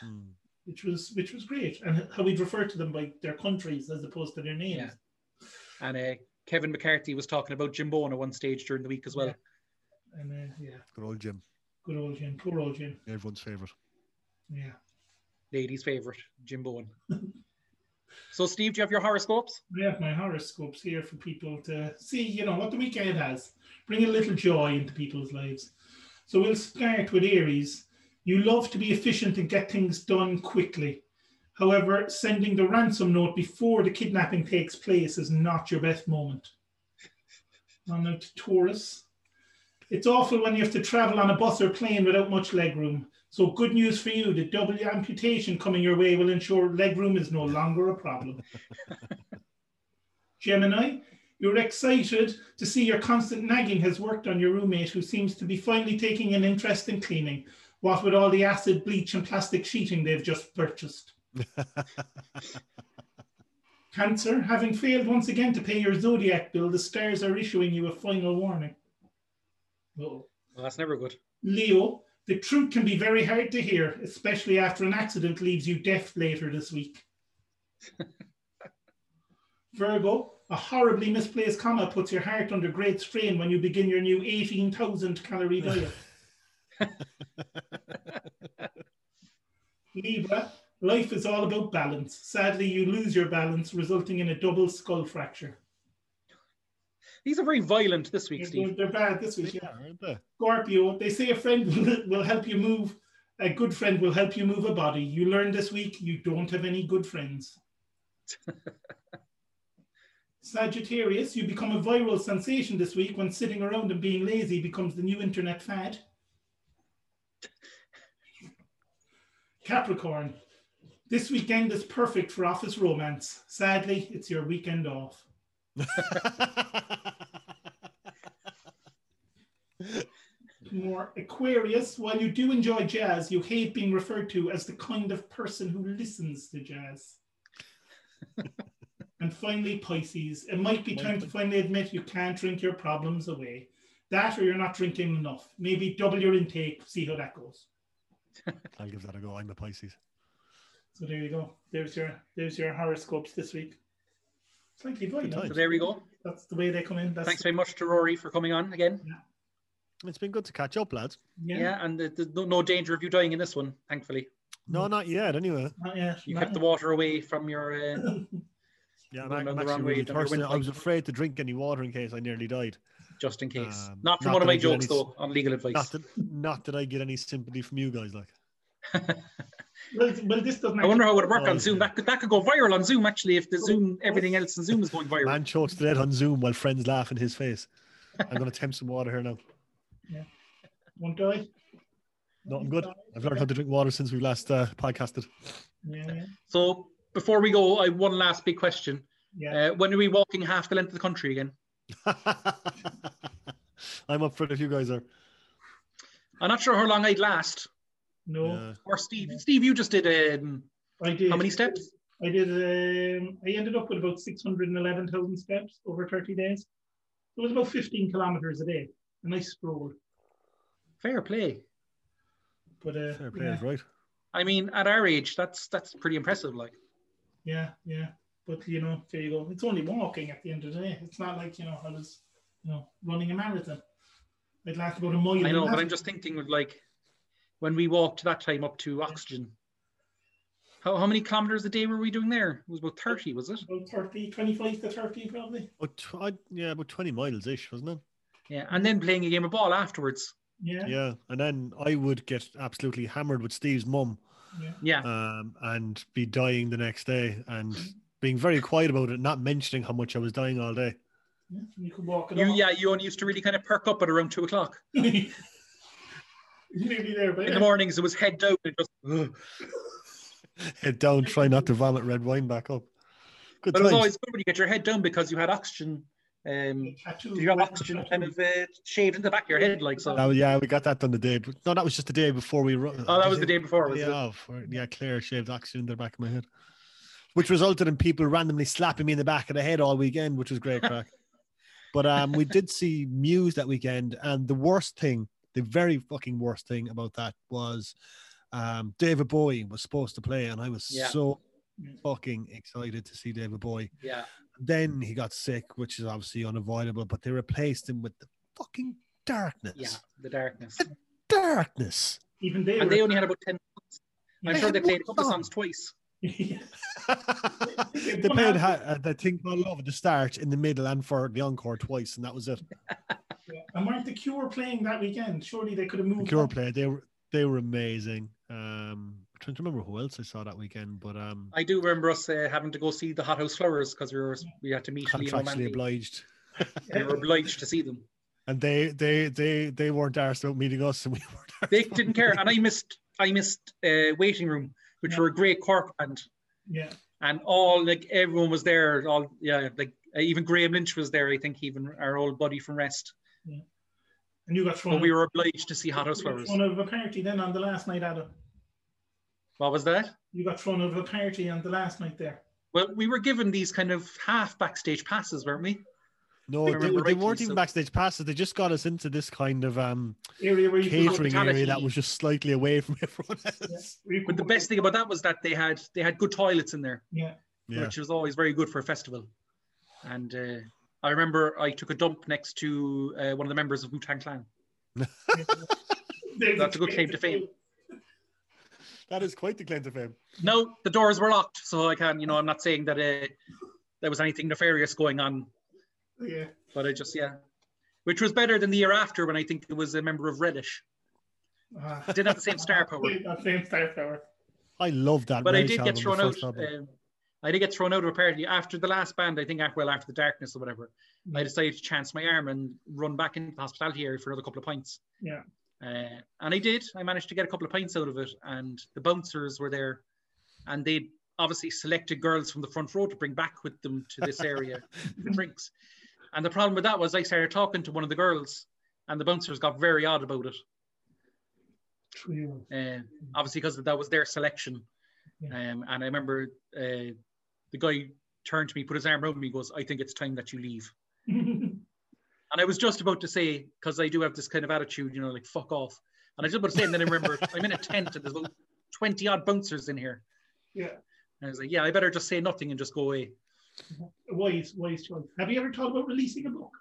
S3: Hmm.
S2: which was which was great, and how we'd refer to them by their countries as opposed to their names.
S1: Yeah. And uh, Kevin McCarthy was talking about Jimboan at one stage during the week as well.
S2: Yeah. And uh, yeah,
S3: Good old Jim,
S2: good old Jim, poor old Jim.
S3: everyone's favorite.
S2: Yeah,
S1: Ladies' favorite, Jimboan. so, Steve, do you have your horoscopes?
S2: I have my horoscopes here for people to see. You know what the weekend has. Bring a little joy into people's lives. So we'll start with Aries. You love to be efficient and get things done quickly. However, sending the ransom note before the kidnapping takes place is not your best moment. On now to Taurus. It's awful when you have to travel on a bus or plane without much leg room. So good news for you, the double amputation coming your way will ensure leg room is no longer a problem. Gemini, you're excited to see your constant nagging has worked on your roommate who seems to be finally taking an interest in cleaning, what with all the acid, bleach and plastic sheeting they've just purchased. Cancer, having failed once again to pay your zodiac bill, the stars are issuing you a final warning. Oh.
S1: Well, that's never good.
S2: Leo, the truth can be very hard to hear, especially after an accident leaves you deaf later this week. Virgo, a horribly misplaced comma puts your heart under great strain when you begin your new 18,000 calorie diet. Libra, life is all about balance. Sadly, you lose your balance, resulting in a double skull fracture.
S1: These are very violent this week,
S2: They're,
S1: Steve.
S2: they're bad this week.
S3: They
S2: yeah.
S3: are, aren't they?
S2: Scorpio, they say a friend will, will help you move, a good friend will help you move a body. You learn this week you don't have any good friends. Sagittarius, you become a viral sensation this week when sitting around and being lazy becomes the new internet fad. Capricorn, this weekend is perfect for office romance. Sadly, it's your weekend off. more Aquarius. While you do enjoy jazz, you hate being referred to as the kind of person who listens to jazz. and finally, Pisces. It might be time to finally admit you can't drink your problems away. That or you're not drinking enough. Maybe double your intake, see how that goes.
S3: I'll give that a go. I'm a Pisces.
S2: So there you go. There's your there's your horoscopes this week. Slightly
S3: Good
S1: So
S2: violent.
S3: times.
S1: there we go.
S2: That's the way they come in. That's
S1: Thanks very much to Rory for coming on again.
S3: It's been good to catch up, lads.
S1: Yeah,
S2: yeah.
S1: and th- there's no, no danger of you dying in this one, thankfully.
S3: No, not yet. Anyway.
S2: Not yet.
S1: You
S2: Not
S1: kept the
S2: yet.
S1: water away from your. Uh,
S3: Yeah,
S1: Going
S3: I'm,
S1: down
S3: I'm
S1: the wrong
S3: actually
S1: way,
S3: really
S1: down your
S3: thirsty. I
S1: windpipe.
S3: was afraid to drink any water in case I nearly died.
S1: just in case.
S3: Um,
S1: not from one
S3: not
S1: of
S3: that
S1: my
S3: I did
S1: jokes,
S3: any-
S1: though, on legal advice.
S3: Not that, not that I get any sympathy from you guys. Like,
S2: Well, well, this doesn't
S1: I wonder how it would work
S3: Oh,
S1: on Zoom.
S3: yeah.
S1: That could that could go viral on Zoom actually. If the
S2: Oh.
S1: Zoom, everything else in Zoom is going viral.
S3: man chokes to death on Zoom while friends laugh in his face. I'm gonna tempt some water here now.
S2: won't die.
S3: No, I'm good. I've learned how to drink water since we last uh, podcasted.
S2: Yeah, yeah.
S1: So before we go, I have one last big question.
S2: yeah.
S1: Uh, when are we walking half the length of the country again?
S3: I'm up for it if you guys are.
S1: I'm not sure how long I'd last.
S2: No,
S3: Yeah.
S1: Or Steve, Steve, you just did. Um,
S2: I did.
S1: how many steps?
S2: I did. Um, I ended up with about six hundred and eleven thousand steps over thirty days. It was about fifteen kilometers a day. A nice stroll,
S1: Fair play.
S2: but uh,
S3: Fair play,
S2: yeah,
S3: right?
S1: I mean, at our age, that's that's pretty impressive. Like,
S2: yeah, yeah. But you know, there you go. It's only walking at the end of the day. It's not like you know I was, you know, running a marathon. I'd last about a mile.
S1: I
S2: and
S1: know,
S2: that.
S1: but I'm just thinking of like when we walked that time up to oxygen. How, how many kilometers a day were we doing there? It was about 30, was it?
S2: About 30, 25 to 30, probably.
S3: But tw- I, yeah, about 20 miles ish, wasn't it?
S1: Yeah. And then playing a game of ball afterwards.
S2: Yeah. Yeah.
S3: Yeah. And then I would get absolutely hammered with Steve's mum
S1: Yeah.
S3: um, and be dying the next day and being very quiet about it, not mentioning how much I was dying all day.
S2: You could walk it
S1: You,
S2: off.
S1: yeah, you only used to really kind of perk up at around two o'clock.
S2: Nearly there, but
S1: In the
S2: yeah.
S1: mornings, it was head down and just. ugh.
S3: Head down, try not to vomit red wine back up. Good
S1: But it was
S3: times.
S1: always good when you get your head down because you had oxygen. Um,
S2: Tattoo,
S1: you had oxygen kind of uh, shaved in the back of your head, like so.
S3: That was- yeah, we got that done the day. But no, that was just the day before we. ru-
S1: Oh, that was the
S3: did
S1: day before, was
S3: Yeah,
S1: it?
S3: oh, for- yeah, Claire shaved oxygen in the back of my head, which resulted in people randomly slapping me in the back of the head all weekend, which was great crack. but um, we did see Muse that weekend, and the worst thing, the very fucking worst thing about that was um, David Bowie was supposed to play, and I was
S1: Yeah.
S3: so
S2: Yeah.
S3: fucking excited to see David Bowie.
S1: Yeah.
S3: Then he got sick, which is obviously unavoidable, but they replaced him with the fucking darkness.
S1: Yeah. The darkness.
S3: Darkness.
S2: Even they,
S1: And
S2: were,
S1: they only had about 10. I'm
S3: They
S1: sure they
S3: had
S1: played a
S3: one
S1: couple of
S3: song.
S1: songs twice.
S2: Yeah.
S3: they played ha- uh, the thing called Love at the start, in the middle, and for the encore twice, and that was it.
S2: And weren't the Cure playing that weekend? Surely they could have
S3: The
S2: moved.
S3: Cure
S2: on.
S3: played. They were they were amazing. Um, I'm trying to remember who else I saw that weekend, but um,
S1: I do remember us uh, having to go see the Hothouse Flowers because we were we had to meet Liam
S3: contractually
S1: O'Mahony.
S3: obliged.
S1: We were obliged to see them.
S3: And they they they they weren't arsed about meeting us, and we weren't. arsed
S1: They
S3: about
S1: didn't care, and I missed I missed uh, waiting room, which
S2: Yeah.
S1: were a great Cork band,
S2: Yeah.
S1: and all like everyone was there. All yeah, like uh, even Graham Lynch was there. I think even our old buddy from Rest.
S2: And you got thrown.
S1: But we were obliged to see Hothouse
S2: you got
S1: Flowers.
S3: Mm.
S2: thrown out of a party then on the last night, Adam.
S1: What was that?
S2: You got thrown out of a party on the last night there.
S1: Well, we were given these kind of half backstage passes, weren't we?
S3: No,
S1: I
S3: they,
S1: remember
S3: they
S1: rightly
S3: weren't even
S1: so.
S3: backstage passes. They just got us into this kind of um
S2: Area where you could go-
S3: catering area that
S1: hospitality.
S3: was just slightly away from everyone
S2: Yeah.
S3: else.
S2: where you
S1: But
S2: could
S1: the
S2: go-
S1: best thing about that was that they had they had good toilets in there.
S2: Yeah.
S3: Yeah,
S1: which was always very good for a festival. And uh, I remember I took a dump next to uh, one of the members of Wu Tang Clan.
S2: They-
S1: That's a good claim to fame.
S3: that is quite the claim to fame.
S1: No, the doors were locked, so I can't. You know, I'm not saying that uh, there was anything nefarious going on,
S2: Yeah.
S1: but I just yeah, which was better than the year after when I think it was a member of Reddish.
S2: Ah.
S1: Didn't have the same star power,
S2: Yeah, same star power.
S3: I love that.
S1: but I
S3: Welsh
S1: did
S3: album,
S1: get
S3: the
S1: thrown out.
S3: first album.
S1: Um, I did get thrown out of a party after the last band. I think after well after the darkness or whatever.
S3: Mm.
S1: I decided to chance my arm and run back into the hospitality area for another couple of pints.
S2: Yeah.
S1: Uh, and I did. I managed to get a couple of pints out of it, and the bouncers were there, and they obviously selected girls from the front row to bring back with them to this area for drinks. And the problem with that was I started talking to one of the girls, and the bouncers got very odd about it.
S2: True.
S1: Uh, obviously, because that was their selection. Um, and I remember uh, the guy turned to me, put his arm around me, goes, "I think it's time that you leave." And I was just about to say, because I do have this kind of attitude, you know, like fuck off. And I was just about to say, and then I remember I'm in a tent and there's about 20 odd bouncers in here.
S2: Yeah.
S1: And I was like, yeah, I better just say nothing and just go away.
S2: wise, wise choice. Have you ever thought about releasing a book?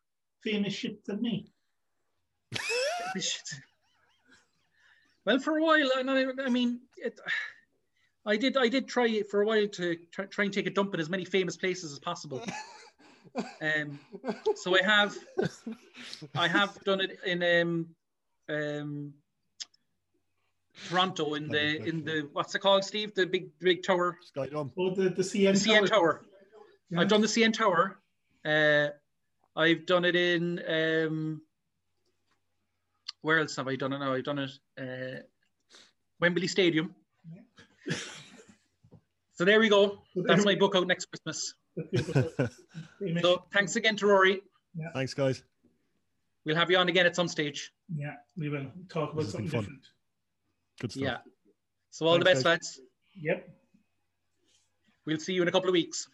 S2: Famous shit than me.
S1: well, for a while, and I, I mean, it, I did, I did try for a while to try, try and take a dump in as many famous places as possible. Um, so I have, I have done it in um, um, Toronto in the in the what's it called, Steve? The big big tower,
S3: Skydome.
S2: Oh, the, the
S1: the
S2: CN
S1: CN Tower.
S2: Yeah.
S1: I've done the CN Tower. Uh, I've done it in um, where else have I done it? Now I've done it uh, Wembley Stadium. so there we go. That's my book out next Christmas.
S2: Famous
S1: So thanks again to Rory.
S3: Thanks, guys.
S1: We'll have you on again at some stage.
S2: Yeah, we will talk about
S3: This has
S2: something
S3: been fun.
S2: different.
S3: Good stuff.
S1: Yeah. So all the
S3: Thanks,
S1: best, lads.
S3: guys.
S2: Yep.
S1: We'll see you in a couple of weeks.